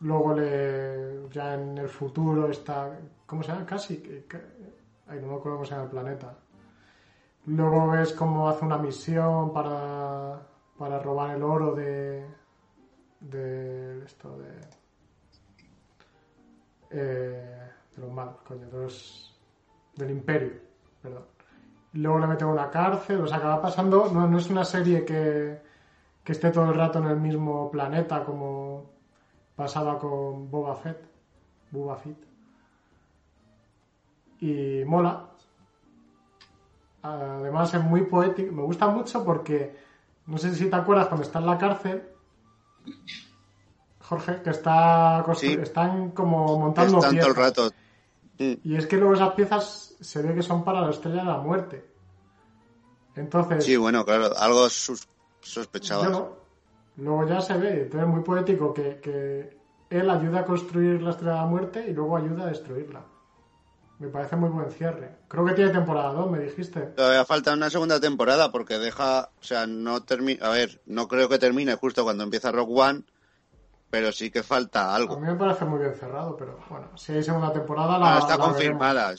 Speaker 1: luego le, ya en el futuro está... ¿Cómo se llama? Casi. Ay, no me acuerdo cómo se llama el planeta. Luego ves cómo hace una misión para, para robar el oro de, de esto de, eh, de los malos, coño, de los- del imperio, perdón. Luego le meten a una cárcel, o sea, acaba pasando, no, no es una serie que, que esté todo el rato en el mismo planeta como pasaba con Boba Fett, Boba Fett. Y mola. Además es muy poético, me gusta mucho porque, no sé si te acuerdas, cuando está en la cárcel, Jorge, que está constru-
Speaker 3: Sí.
Speaker 1: están como montando
Speaker 3: Están todo el
Speaker 1: piezas.
Speaker 3: rato. Mm,
Speaker 1: Y es que luego esas piezas se ve que son para la estrella de la muerte. Entonces,
Speaker 3: Sí, bueno, claro, algo sus- sospechabas.
Speaker 1: luego, luego ya se ve, entonces muy poético que, que él ayuda a construir la estrella de la muerte y luego ayuda a destruirla. Me parece muy buen cierre. Creo que tiene temporada 2, me dijiste.
Speaker 3: Todavía falta una segunda temporada porque deja, o sea, no termina, a ver, no creo que termine justo cuando empieza Rock One, pero sí que falta
Speaker 1: A
Speaker 3: algo.
Speaker 1: mí me parece muy bien cerrado, pero bueno, si hay segunda temporada la,
Speaker 3: Ah, está
Speaker 1: la veremos.
Speaker 3: confirmada.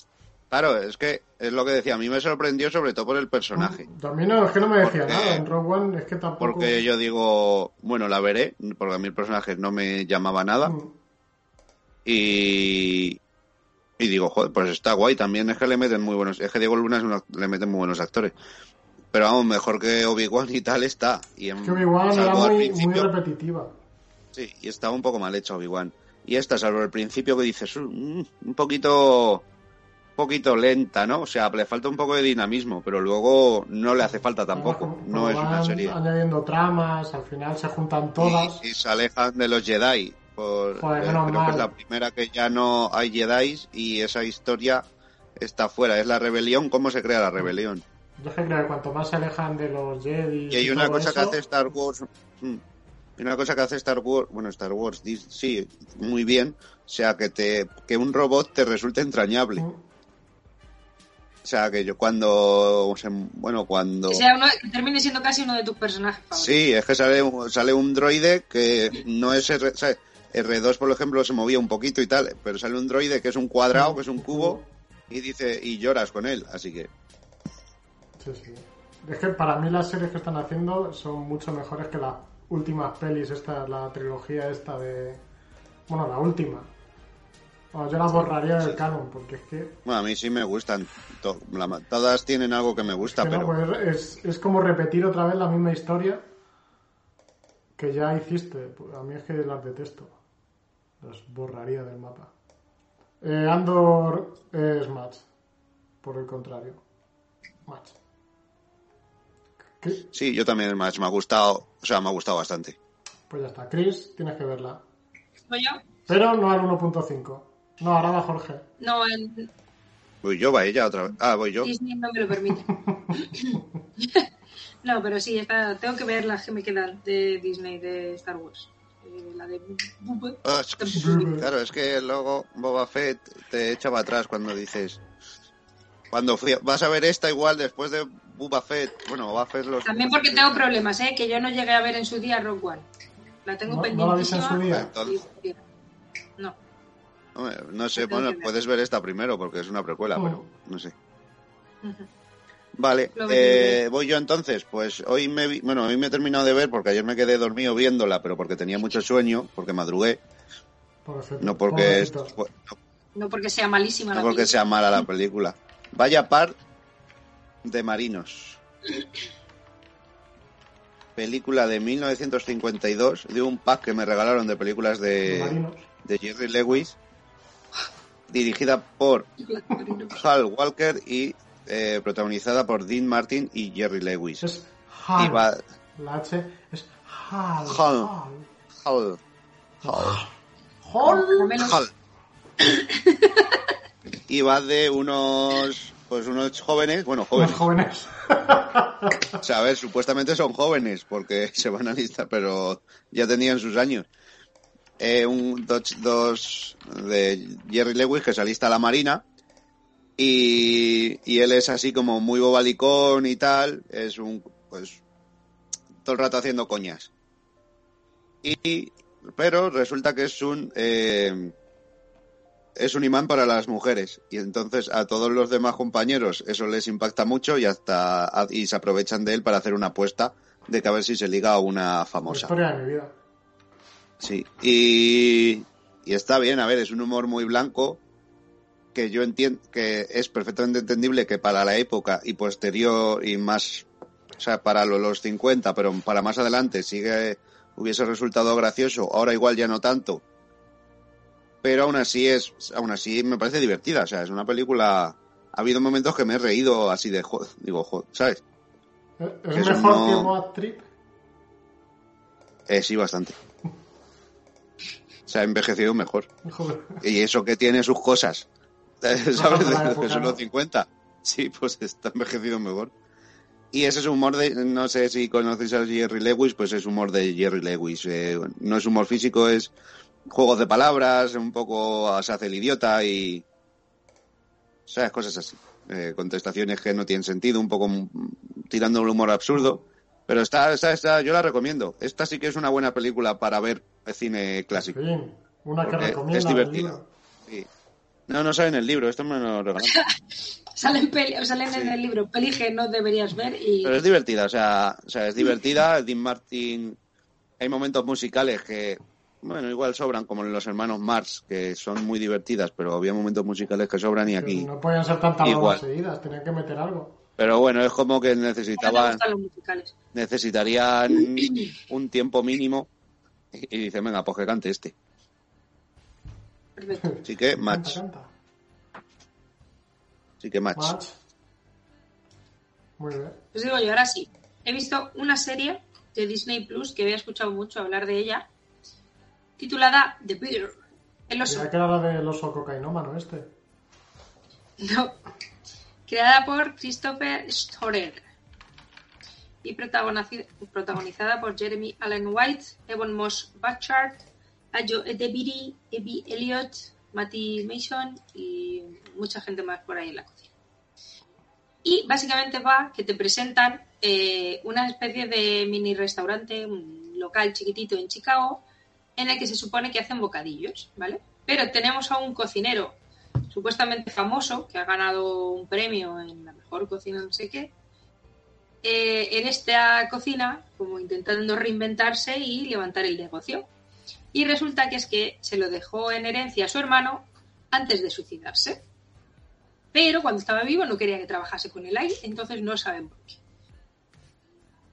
Speaker 3: Claro, es que es lo que decía, a mí me sorprendió sobre todo por el personaje,
Speaker 1: Mm, También no, es que no me decía
Speaker 3: Porque-
Speaker 1: nada, en Rogue One es que Ah, tampoco...
Speaker 3: porque yo digo, bueno, la veré, porque a mí el personaje no me llamaba nada
Speaker 1: Mm.
Speaker 3: y y digo, joder, pues está guay, también es que le meten muy buenos, es que Diego Luna es un act- le meten muy buenos actores. Pero vamos, mejor que Obi-Wan y tal está. Y en,
Speaker 1: Es que Obi-Wan era
Speaker 3: salvo al
Speaker 1: muy, muy
Speaker 3: principio-
Speaker 1: repetitiva.
Speaker 3: Sí, y estaba un poco mal hecho Obi-Wan. Y esta, salvo el principio que dices, "Mm, un poquito poquito lenta, ¿no? O sea, le falta un poco de dinamismo, pero luego no le hace falta tampoco.
Speaker 1: Además, como-
Speaker 3: No
Speaker 1: como
Speaker 3: es una
Speaker 1: van
Speaker 3: serie.
Speaker 1: Añadiendo tramas, al final se juntan todas.
Speaker 3: Y, y se alejan de los Jedi. Por,
Speaker 1: Joder,
Speaker 3: eh,
Speaker 1: menos
Speaker 3: creo que
Speaker 1: mal.
Speaker 3: es la primera que ya no hay Jedi y esa historia está fuera. Es la rebelión, cómo se crea la rebelión.
Speaker 1: Yo es que creo que cuanto más se alejan de los Jedi.
Speaker 3: Y hay una
Speaker 1: todo
Speaker 3: cosa que
Speaker 1: eso,
Speaker 3: hace Star Wars. mm, Y una cosa que hace Star Wars, bueno, Star Wars, dis- sí, muy bien, o sea, que te que un robot te resulte entrañable.
Speaker 1: mm,
Speaker 3: O sea, que yo cuando. o sea, Bueno, cuando.
Speaker 2: Que sea uno, que termine siendo casi uno de tus personajes. favoritos.
Speaker 3: Sí, es que sale, un- sale un droide que no es. R, o sea, R2, por ejemplo, se movía un poquito y tal, pero sale un droide que es un cuadrado, que es un cubo, y dice. Y lloras con él, así que.
Speaker 1: Sí, sí. Es que para mí las series que están haciendo son mucho mejores que las últimas pelis, esta, la trilogía esta de. Bueno, la última. Bueno, yo la borraría del canon, porque es que. es
Speaker 3: Bueno, a mí sí me gustan. to- la ma- todas tienen algo que me gusta,
Speaker 1: que no,
Speaker 3: pero.
Speaker 1: pues es, es como repetir otra vez la misma historia que ya hiciste. Pues A mí es que las detesto. Las borraría del mapa. Eh, Andor es match. Por el contrario. Match. Cri-
Speaker 3: Sí, yo también más me ha gustado, o sea, me ha gustado bastante.
Speaker 1: Pues ya está. Chris, tienes que verla.
Speaker 2: ¿Soy yo?
Speaker 1: Pero no al 1.5. No, ahora va Jorge.
Speaker 2: No, el
Speaker 3: Voy yo, va ella otra vez. Ah, voy yo.
Speaker 2: Disney no me lo permite. no, pero sí, está- tengo que ver las que me quedan de Disney, de Star Wars. Eh, la de... Bubba.
Speaker 3: Ah, es que- claro, es que luego Boba Fett te echa para atrás cuando dices. Cuando fui, a- vas a ver esta igual después de Boba Fett. Bueno, Boba Fett los.
Speaker 2: También porque tengo problemas, ¿eh? Que yo no llegué a ver en su día Rock One. La tengo
Speaker 1: ¿No,
Speaker 2: pendiente.
Speaker 1: no la viste en su día?
Speaker 3: Entonces,
Speaker 2: No.
Speaker 3: hombre, no sé, bueno, puedes ver esta primero porque es una
Speaker 1: Oh.
Speaker 3: precuela, pero no sé.
Speaker 2: Ujú.
Speaker 3: Vale,
Speaker 2: Lo
Speaker 3: eh,
Speaker 2: veré.
Speaker 3: voy yo entonces. Pues hoy me, vi- bueno, hoy me he terminado de ver porque ayer me quedé dormido viéndola, pero porque tenía mucho sueño, porque madrugué,
Speaker 1: Pobrecito.
Speaker 3: no porque, es-
Speaker 1: Pobrecito.
Speaker 2: No porque sea malísima
Speaker 3: no
Speaker 2: la
Speaker 3: porque
Speaker 2: película.
Speaker 3: sea mala la película. Vaya par de marinos. Película de 1952 de un pack que me regalaron de películas
Speaker 1: Los
Speaker 3: de,
Speaker 1: marinos.
Speaker 3: de Jerry Lewis, dirigida por Hal Walker y eh, protagonizada por Dean Martin y Jerry Lewis.
Speaker 1: Es
Speaker 3: Y
Speaker 1: Hal.
Speaker 3: va-
Speaker 1: La H es Hal.
Speaker 3: Hal.
Speaker 1: Hal.
Speaker 3: Hal. Hal.
Speaker 1: Hal.
Speaker 2: Por lo menos-
Speaker 3: Hal. Y va de unos, pues unos jóvenes, bueno,
Speaker 1: Los
Speaker 3: jóvenes,
Speaker 1: jóvenes.
Speaker 3: O sea, a ver, supuestamente son jóvenes porque se van a lista, pero ya tenían sus años. Eh, un dos, dos de Jerry Lewis que se alista a la marina y, y él es así como muy bobalicón y tal, es un pues todo el rato haciendo coñas. Y pero resulta que es un eh, es un imán para las mujeres y entonces a todos los demás compañeros eso les impacta mucho y hasta y se aprovechan de él para hacer una apuesta de que a ver si se liga a una famosa.
Speaker 1: Historia de mi vida.
Speaker 3: Sí, y, y está bien, a ver, es un humor muy blanco que yo entiendo que es perfectamente entendible que para la época y posterior y más, o sea, para lo- los 50, pero para más adelante sigue hubiese resultado gracioso, ahora igual ya no tanto. Pero aún así es aún así me parece divertida, o sea, es una película ha habido momentos que me he reído así de jo- digo, jo- ¿sabes?
Speaker 1: ¿Eh, ¿Es
Speaker 3: Eso
Speaker 1: mejor
Speaker 3: no-
Speaker 1: que Moat Trip?
Speaker 3: Eh, sí, bastante. Se ha envejecido mejor.
Speaker 1: Joder.
Speaker 3: Y eso que tiene sus cosas. ¿Sabes?
Speaker 1: Ajá, para la
Speaker 3: Desde
Speaker 1: época,
Speaker 3: que son
Speaker 1: ¿no?
Speaker 3: los 50. Sí, pues está envejecido mejor. Y ese es humor de, no sé si conocéis a Jerry Lewis, pues es humor de Jerry Lewis. Eh, no es humor físico, es juegos de palabras, un poco ah, se hace el idiota y... ¿Sabes? Cosas así. Eh, contestaciones que no tienen sentido, un poco mm, tirando un humor absurdo. Pero está, está, está, yo la recomiendo. Esta sí que es una buena película para ver cine clásico.
Speaker 1: Bien, una que
Speaker 3: Porque es
Speaker 1: recomienda.
Speaker 3: divertida.
Speaker 1: el libro.
Speaker 3: Sí. No, no sale en el libro, esto me lo regalaron.
Speaker 2: Salen, peli- salen en
Speaker 3: Sí.
Speaker 2: el libro peli que no deberías ver y
Speaker 3: Pero es divertida, o sea, o sea, es divertida. Dean Martin, hay momentos musicales que, bueno, igual sobran, como en los hermanos Marx, que son muy divertidas, pero había momentos musicales que sobran y aquí.
Speaker 1: No podían ser tantas
Speaker 3: Igual.
Speaker 1: bromas seguidas, tenían que meter algo.
Speaker 3: Pero bueno, es como que
Speaker 2: no te
Speaker 3: necesitaban,
Speaker 2: gustan los musicales.
Speaker 3: necesitarían un tiempo mínimo. Y dicen, venga, pues que cante este.
Speaker 2: Perfecto.
Speaker 3: Así que Eh, match,
Speaker 1: Canta, canta.
Speaker 3: así que match.
Speaker 1: Match. Muy bien.
Speaker 2: Pues digo yo, ahora sí. He visto una serie de Disney Plus que había escuchado mucho hablar de ella, titulada The Bear, el oso.
Speaker 1: Ya que era la del oso cocainómano este.
Speaker 2: No. Creada por Christopher Storer y protagonici- protagonizada por Jeremy Allen White, Evan Moss Bachard, Ayo Edebiri, Abby Elliott, Matty Mason y mucha gente más por ahí en la cocina. Y básicamente va que te presentan eh, una especie de mini restaurante, un local chiquitito en Chicago, en el que se supone que hacen bocadillos, ¿vale? Pero tenemos a un cocinero supuestamente famoso, que ha ganado un premio en la mejor cocina, no sé qué, eh, en esta cocina, como intentando reinventarse y levantar el negocio. Y resulta que es que se lo dejó en herencia a su hermano antes de suicidarse. Pero cuando estaba vivo no quería que trabajase con él ahí, entonces no saben por qué.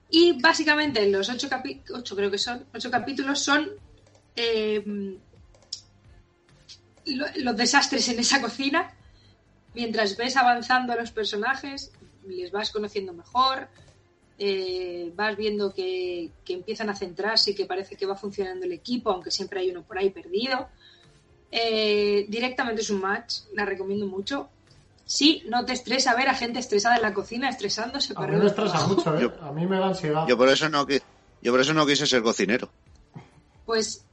Speaker 2: Y básicamente en los ocho, capi- ocho creo que son, ocho capítulos son eh, lo- los desastres en esa cocina, mientras ves avanzando a los personajes, les vas conociendo mejor, eh, vas viendo que, que empiezan a centrarse y que parece que va funcionando el equipo, aunque siempre hay uno por ahí perdido. Eh, directamente es un match, la recomiendo mucho. Sí, no te estresa ver a gente estresada en la cocina, estresándose
Speaker 1: A
Speaker 2: para
Speaker 1: mí me
Speaker 2: arriba y
Speaker 1: estresa
Speaker 2: para abajo.
Speaker 1: mucho, ¿eh?
Speaker 3: Yo-
Speaker 1: A mí me da ansiedad.
Speaker 3: Yo por eso no, qui- yo por eso no quise ser cocinero.
Speaker 2: Pues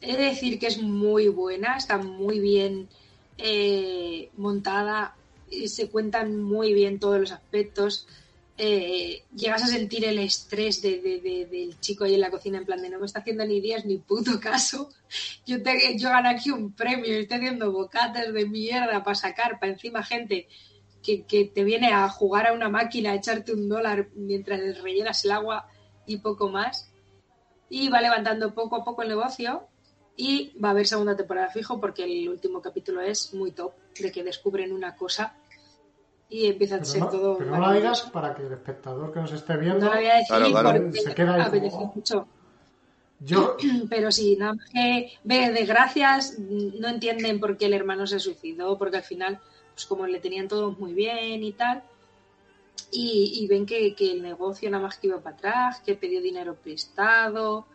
Speaker 2: he de decir que es muy buena, está muy bien eh, montada, y se cuentan muy bien todos los aspectos. eh, llegas a sentir el estrés de, de- de- del chico ahí en la cocina, en plan de no me está haciendo ni días ni puto caso. Yo, te, yo gano aquí un premio y estoy haciendo bocatas de mierda para sacar para encima gente que, que te viene a jugar a una máquina, a echarte un dólar mientras les rellenas el agua y poco más y va levantando poco a poco el negocio y va a haber segunda temporada fijo porque el último capítulo es muy top de que descubren una cosa y empieza a
Speaker 1: Pero
Speaker 2: ser
Speaker 1: no,
Speaker 2: todo
Speaker 1: pero no la digas para que el espectador que nos esté
Speaker 2: no
Speaker 1: viendo.
Speaker 2: lo voy a decir Ah,
Speaker 3: Claro, claro.
Speaker 2: porque
Speaker 1: Se queda ahí como,
Speaker 2: apetece
Speaker 1: "Oh".
Speaker 2: mucho
Speaker 1: Yo,
Speaker 2: pero sí nada más que ve desgracias no entienden por qué el hermano se suicidó porque al final pues como le tenían todos muy bien y tal y, y ven que, que el negocio nada más que iba para atrás, que pidió dinero prestado.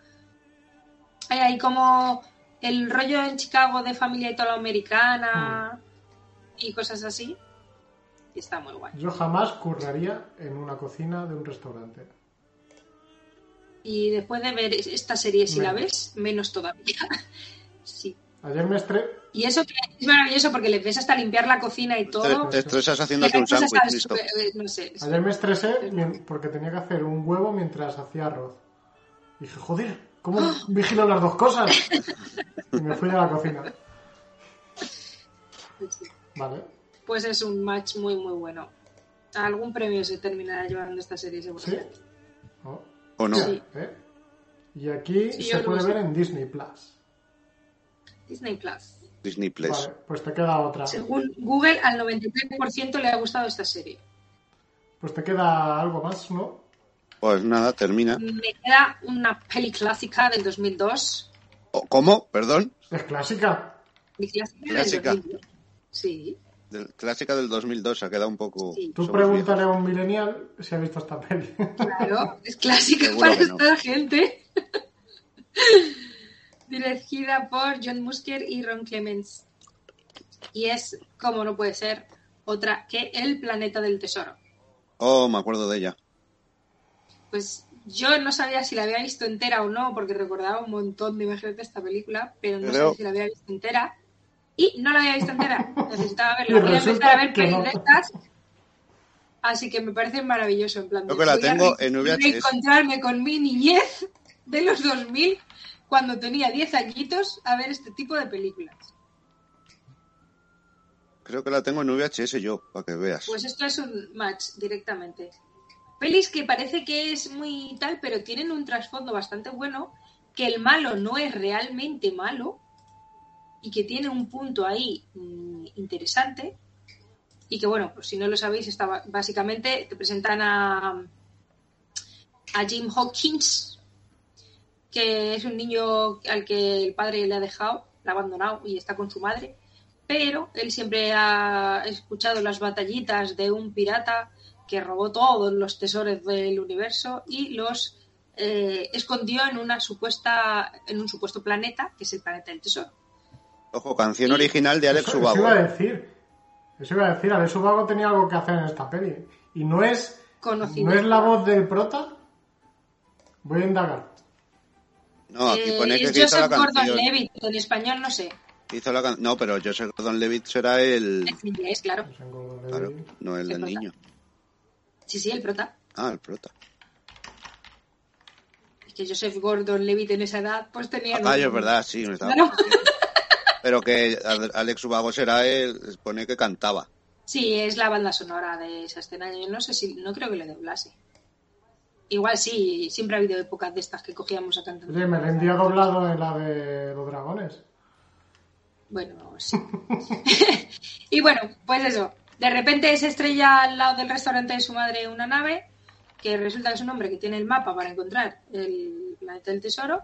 Speaker 2: Hay ahí como el rollo en Chicago de familia italoamericana
Speaker 1: Mm.
Speaker 2: y cosas así. Y está muy guay.
Speaker 1: yo jamás curraría en una cocina de un restaurante.
Speaker 2: Y después de ver es- esta serie, si la ves, menos todavía. sí.
Speaker 1: Ayer me estré.
Speaker 2: Y eso que es maravilloso porque les ves hasta limpiar la cocina y todo.
Speaker 3: Te, te estresas
Speaker 2: Y
Speaker 3: haciéndote
Speaker 2: hay
Speaker 3: un
Speaker 2: cosas,
Speaker 3: sándwich,
Speaker 2: ¿sabes?
Speaker 3: listo.
Speaker 2: Eh, No sé.
Speaker 1: Ayer me estresé mien- porque tenía que hacer un huevo mientras hacía arroz. Y dije, joder,
Speaker 2: Ah.
Speaker 1: ¿cómo vigilo las dos cosas? Y me fui a la cocina.
Speaker 2: Sí, sí.
Speaker 1: Vale.
Speaker 2: Pues es un match muy, muy bueno. Algún premio se terminará llevando esta serie,
Speaker 1: ¿Sí?
Speaker 2: seguramente.
Speaker 1: Oh,
Speaker 3: ¿O no?
Speaker 2: Sí.
Speaker 1: ¿eh? Y aquí
Speaker 2: Sí,
Speaker 1: se
Speaker 2: yo lo
Speaker 1: puede
Speaker 2: sé.
Speaker 1: ver en Disney Plus.
Speaker 2: Disney Plus.
Speaker 3: Disney Plus.
Speaker 1: Vale, pues te queda otra.
Speaker 2: Según Google, al 93% le ha gustado esta serie.
Speaker 1: Pues te queda algo más, ¿no?
Speaker 3: Pues nada, termina.
Speaker 2: Me queda una peli clásica del 2002.
Speaker 3: ¿O- ¿Cómo? ¿Perdón?
Speaker 1: Es clásica.
Speaker 2: Mi clásica,
Speaker 3: Clásica.
Speaker 2: del 2002. Sí.
Speaker 3: Del- clásica del 2002, ha quedado un poco...
Speaker 2: Sí.
Speaker 1: Tú
Speaker 3: somos
Speaker 1: pregúntale a un millennial si ha visto esta peli.
Speaker 2: Claro, es clásica
Speaker 3: Seguro
Speaker 2: para
Speaker 3: que no.
Speaker 2: esta gente. Dirigida por John Musker y Ron Clements. Y es, como no puede ser, otra que El Planeta del Tesoro.
Speaker 3: viejos. Oh, me acuerdo de ella.
Speaker 2: Pues yo no sabía si la había visto entera o no, porque recordaba un montón de imágenes de esta película, pero no
Speaker 3: Creo-
Speaker 2: sabía si la había visto entera. Y no la había visto entera. Necesitaba
Speaker 1: Y
Speaker 2: verla. Voy a
Speaker 1: resulta
Speaker 2: empezar a ver
Speaker 1: que
Speaker 2: pelis
Speaker 1: no.
Speaker 2: de estas. Así que me parece maravilloso. En plan, de,
Speaker 3: Creo que la
Speaker 2: voy a
Speaker 3: tengo
Speaker 2: re-
Speaker 3: en VHS.
Speaker 2: reencontrarme con mi niñez de los 2000, cuando tenía 10 añitos, a ver este tipo de películas.
Speaker 3: Creo que la tengo en VHS yo, para que veas.
Speaker 2: Pues esto es un match directamente. Pelis que parece que es muy tal, pero tienen un trasfondo bastante bueno, que el malo no es realmente malo y que tiene un punto ahí mm, interesante y que bueno, pues si no lo sabéis, está ba- básicamente te presentan a a Jim Hawkins, que es un niño al que el padre le ha dejado, le ha abandonado y está con su madre pero él siempre ha escuchado las batallitas de un pirata que robó todos los tesoros del universo y los eh, escondió en una supuesta en un supuesto planeta que es el planeta del tesoro
Speaker 3: Ojo, canción
Speaker 2: Sí.
Speaker 3: original de Alex
Speaker 1: eso, eso iba a
Speaker 3: Ubago.
Speaker 1: decir. Eso iba a decir. Alex Ubago tenía algo que hacer en esta peli. Y no es,
Speaker 2: conocido
Speaker 1: no es la voz del prota. Voy a indagar.
Speaker 3: No, aquí
Speaker 2: Eh,
Speaker 3: pone que
Speaker 2: es
Speaker 3: hizo
Speaker 2: Joseph
Speaker 3: la canción.
Speaker 2: Gordon-Levitt en español no sé
Speaker 3: Hizo la can- No, pero Joseph Gordon-Levitt será el...
Speaker 2: en inglés claro
Speaker 1: Pues en Gordon
Speaker 3: Claro,
Speaker 1: Levitt.
Speaker 3: no el
Speaker 2: El
Speaker 3: del
Speaker 2: prota.
Speaker 3: niño.
Speaker 2: sí sí el prota
Speaker 3: Ah, el prota.
Speaker 2: es que Joseph Gordon-Levitt en esa edad pues tenía
Speaker 3: Ah, es verdad, sí, me estaba
Speaker 2: Claro.
Speaker 3: Pero que Ad- Alex Ubago será el... Pone que cantaba.
Speaker 2: Sí, es la banda sonora de esa escena. Yo no sé si, no creo que le doblase. Igual sí, siempre ha habido épocas de estas que cogíamos a cantar.
Speaker 1: Oye, me la envió doblado en la de los dragones.
Speaker 2: Bueno, sí. y bueno, pues eso. De repente se estrella al lado del restaurante de su madre una nave, que resulta que es un hombre que tiene el mapa para encontrar el planeta del tesoro,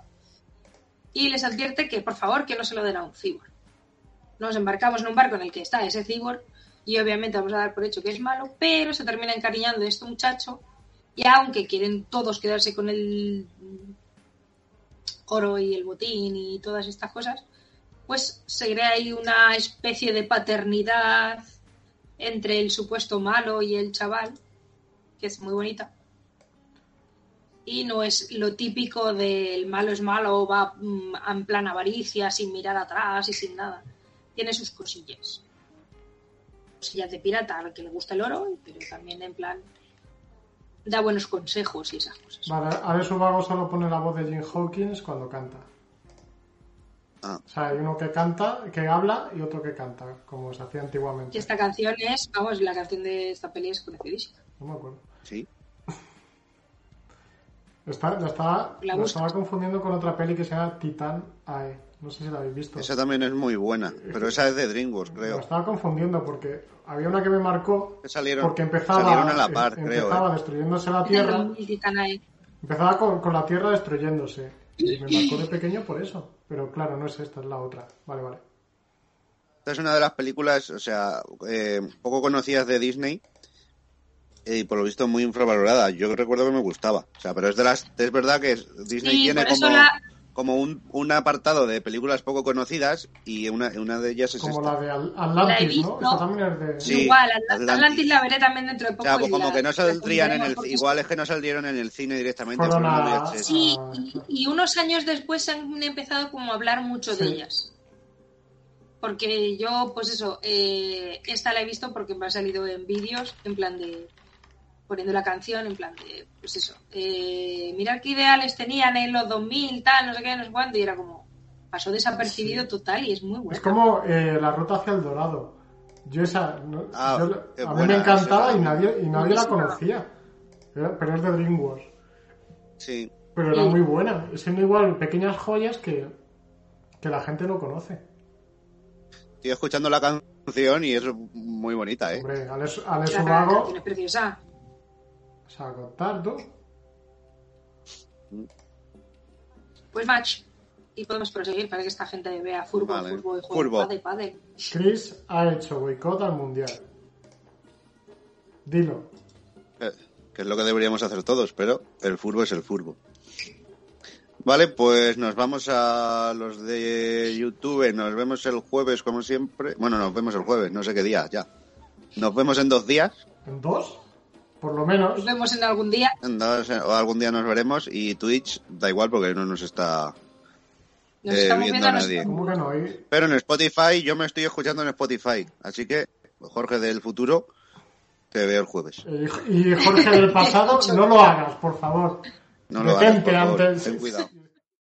Speaker 2: y les advierte que por favor que no se lo den a un cibor. Nos embarcamos en un barco en el que está ese cibor, y obviamente vamos a dar por hecho que es malo, pero se termina encariñando de este muchacho, y aunque quieren todos quedarse con el oro y el botín y todas estas cosas, pues se crea ahí una especie de paternidad entre el supuesto malo y el chaval, que es muy bonita. Y no es lo típico del malo es malo, va mm, en plan avaricia, sin mirar atrás y sin nada. Tiene sus cosillas. Cosillas de pirata, al que le gusta el oro, pero también en plan da buenos consejos y esas cosas.
Speaker 1: Vale, Alex Ubago solo pone la voz de Jim Hawkins cuando canta.
Speaker 3: Ah.
Speaker 1: O sea, hay uno que canta, que habla y otro que canta, como se hacía
Speaker 2: Y
Speaker 1: antiguamente.
Speaker 2: esta canción es, vamos, la canción de esta peli es conocidísima.
Speaker 1: No me acuerdo.
Speaker 3: Sí.
Speaker 1: Está, la estaba, la
Speaker 2: La busca.
Speaker 1: estaba confundiendo con otra peli que se llama Titan AE. No sé si la habéis visto.
Speaker 3: Esa también es muy buena, pero esa es de DreamWorks,
Speaker 1: La
Speaker 3: creo.
Speaker 1: estaba confundiendo porque había una que me marcó
Speaker 3: Que salieron,
Speaker 1: porque empezaba,
Speaker 3: salieron a la par,
Speaker 1: em-
Speaker 3: creo.
Speaker 1: empezaba
Speaker 3: ¿eh?
Speaker 1: destruyéndose la Tierra.
Speaker 2: El Titanae.
Speaker 1: Empezaba con, con la Tierra destruyéndose. Y me marcó de pequeño por eso. Pero claro, no es esta, es la otra. Vale, vale.
Speaker 3: Esta es una de las películas, o sea, eh, poco conocidas de Disney eh, y por lo visto muy infravalorada. Yo recuerdo que me gustaba. O sea, pero es de las, es verdad que es- Disney
Speaker 2: Sí,
Speaker 3: tiene
Speaker 2: por eso
Speaker 3: como,
Speaker 2: la-
Speaker 3: como un, un apartado de películas poco conocidas y una, una de ellas es
Speaker 1: Como
Speaker 3: esta.
Speaker 1: la de Al-
Speaker 2: La he
Speaker 1: Atlantis,
Speaker 2: visto.
Speaker 1: ¿no? Esa también es de...
Speaker 3: Sí,
Speaker 2: Igual, Atl-
Speaker 3: Atlantis.
Speaker 2: Atlantis. la veré también dentro de
Speaker 3: O
Speaker 2: poco.
Speaker 3: sea,
Speaker 2: y
Speaker 3: pues como
Speaker 2: la-
Speaker 3: que no
Speaker 2: la
Speaker 3: saldrían en
Speaker 2: compraremos
Speaker 3: el,
Speaker 2: porque es-
Speaker 3: igual es que no saldieron en el cine directamente.
Speaker 1: Fueron
Speaker 3: fueron
Speaker 1: a-
Speaker 3: VHS.
Speaker 2: Sí,
Speaker 1: Ah,
Speaker 2: y,
Speaker 1: claro.
Speaker 2: y unos años después se han empezado como a hablar mucho de
Speaker 1: Sí.
Speaker 2: ellas. Porque yo, pues eso, eh, esta la he visto porque me ha salido en vídeos, en plan de poniendo la canción, en plan de, pues eso, eh, mirar qué ideales tenían en los 2000, tal, no sé qué, no sé cuándo, y era como, pasó desapercibido total y es muy bueno.
Speaker 1: Es como eh, la ruta hacia el dorado. Yo esa. no-
Speaker 3: Ah,
Speaker 1: yo-
Speaker 3: es
Speaker 1: a mí
Speaker 3: buena
Speaker 1: me encantaba
Speaker 3: esa.
Speaker 1: y nadie, y nadie la
Speaker 2: Buenísima.
Speaker 1: conocía. Era- Pero es de DreamWorks.
Speaker 3: Sí.
Speaker 1: Pero era
Speaker 2: Sí.
Speaker 1: muy buena. Siendo igual pequeñas joyas que, que la gente no conoce.
Speaker 3: Estoy escuchando la canción y es muy bonita, ¿eh?
Speaker 1: Hombre, Alex, Alex
Speaker 2: La
Speaker 1: Ubago.
Speaker 2: canción es preciosa.
Speaker 1: Saco tardo.
Speaker 2: Pues match. Y podemos proseguir para que esta gente vea furbo,
Speaker 3: Vale.
Speaker 2: furbo y juego
Speaker 3: Furbo.
Speaker 2: pádel, pádel.
Speaker 1: Chris ha hecho boicot al mundial. Dilo.
Speaker 3: Eh, Que es lo que deberíamos hacer todos, pero el furbo es el furbo. Vale, pues nos vamos a los de YouTube. Nos vemos el jueves, como siempre. Bueno, nos vemos el jueves, no sé qué día, ya. Nos vemos en dos días.
Speaker 1: ¿En dos? Por lo
Speaker 2: Nos
Speaker 1: menos.
Speaker 2: vemos en algún día.
Speaker 3: En dos, eh, o algún día nos veremos. Y Twitch, da igual porque no nos está.
Speaker 2: Nos
Speaker 3: Eh,
Speaker 2: estamos
Speaker 3: viendo
Speaker 2: viendo,
Speaker 3: a
Speaker 2: nos
Speaker 3: nadie.
Speaker 2: estamos-
Speaker 1: ¿Cómo que no? Y-
Speaker 3: Pero en Spotify, yo me estoy escuchando en Spotify. Así que, Jorge del futuro, te veo el jueves.
Speaker 1: Y, y Jorge del pasado, no lo hagas, por favor.
Speaker 3: No lo hagas,
Speaker 1: Detente
Speaker 3: por favor.
Speaker 1: antes.
Speaker 3: Ten cuidado.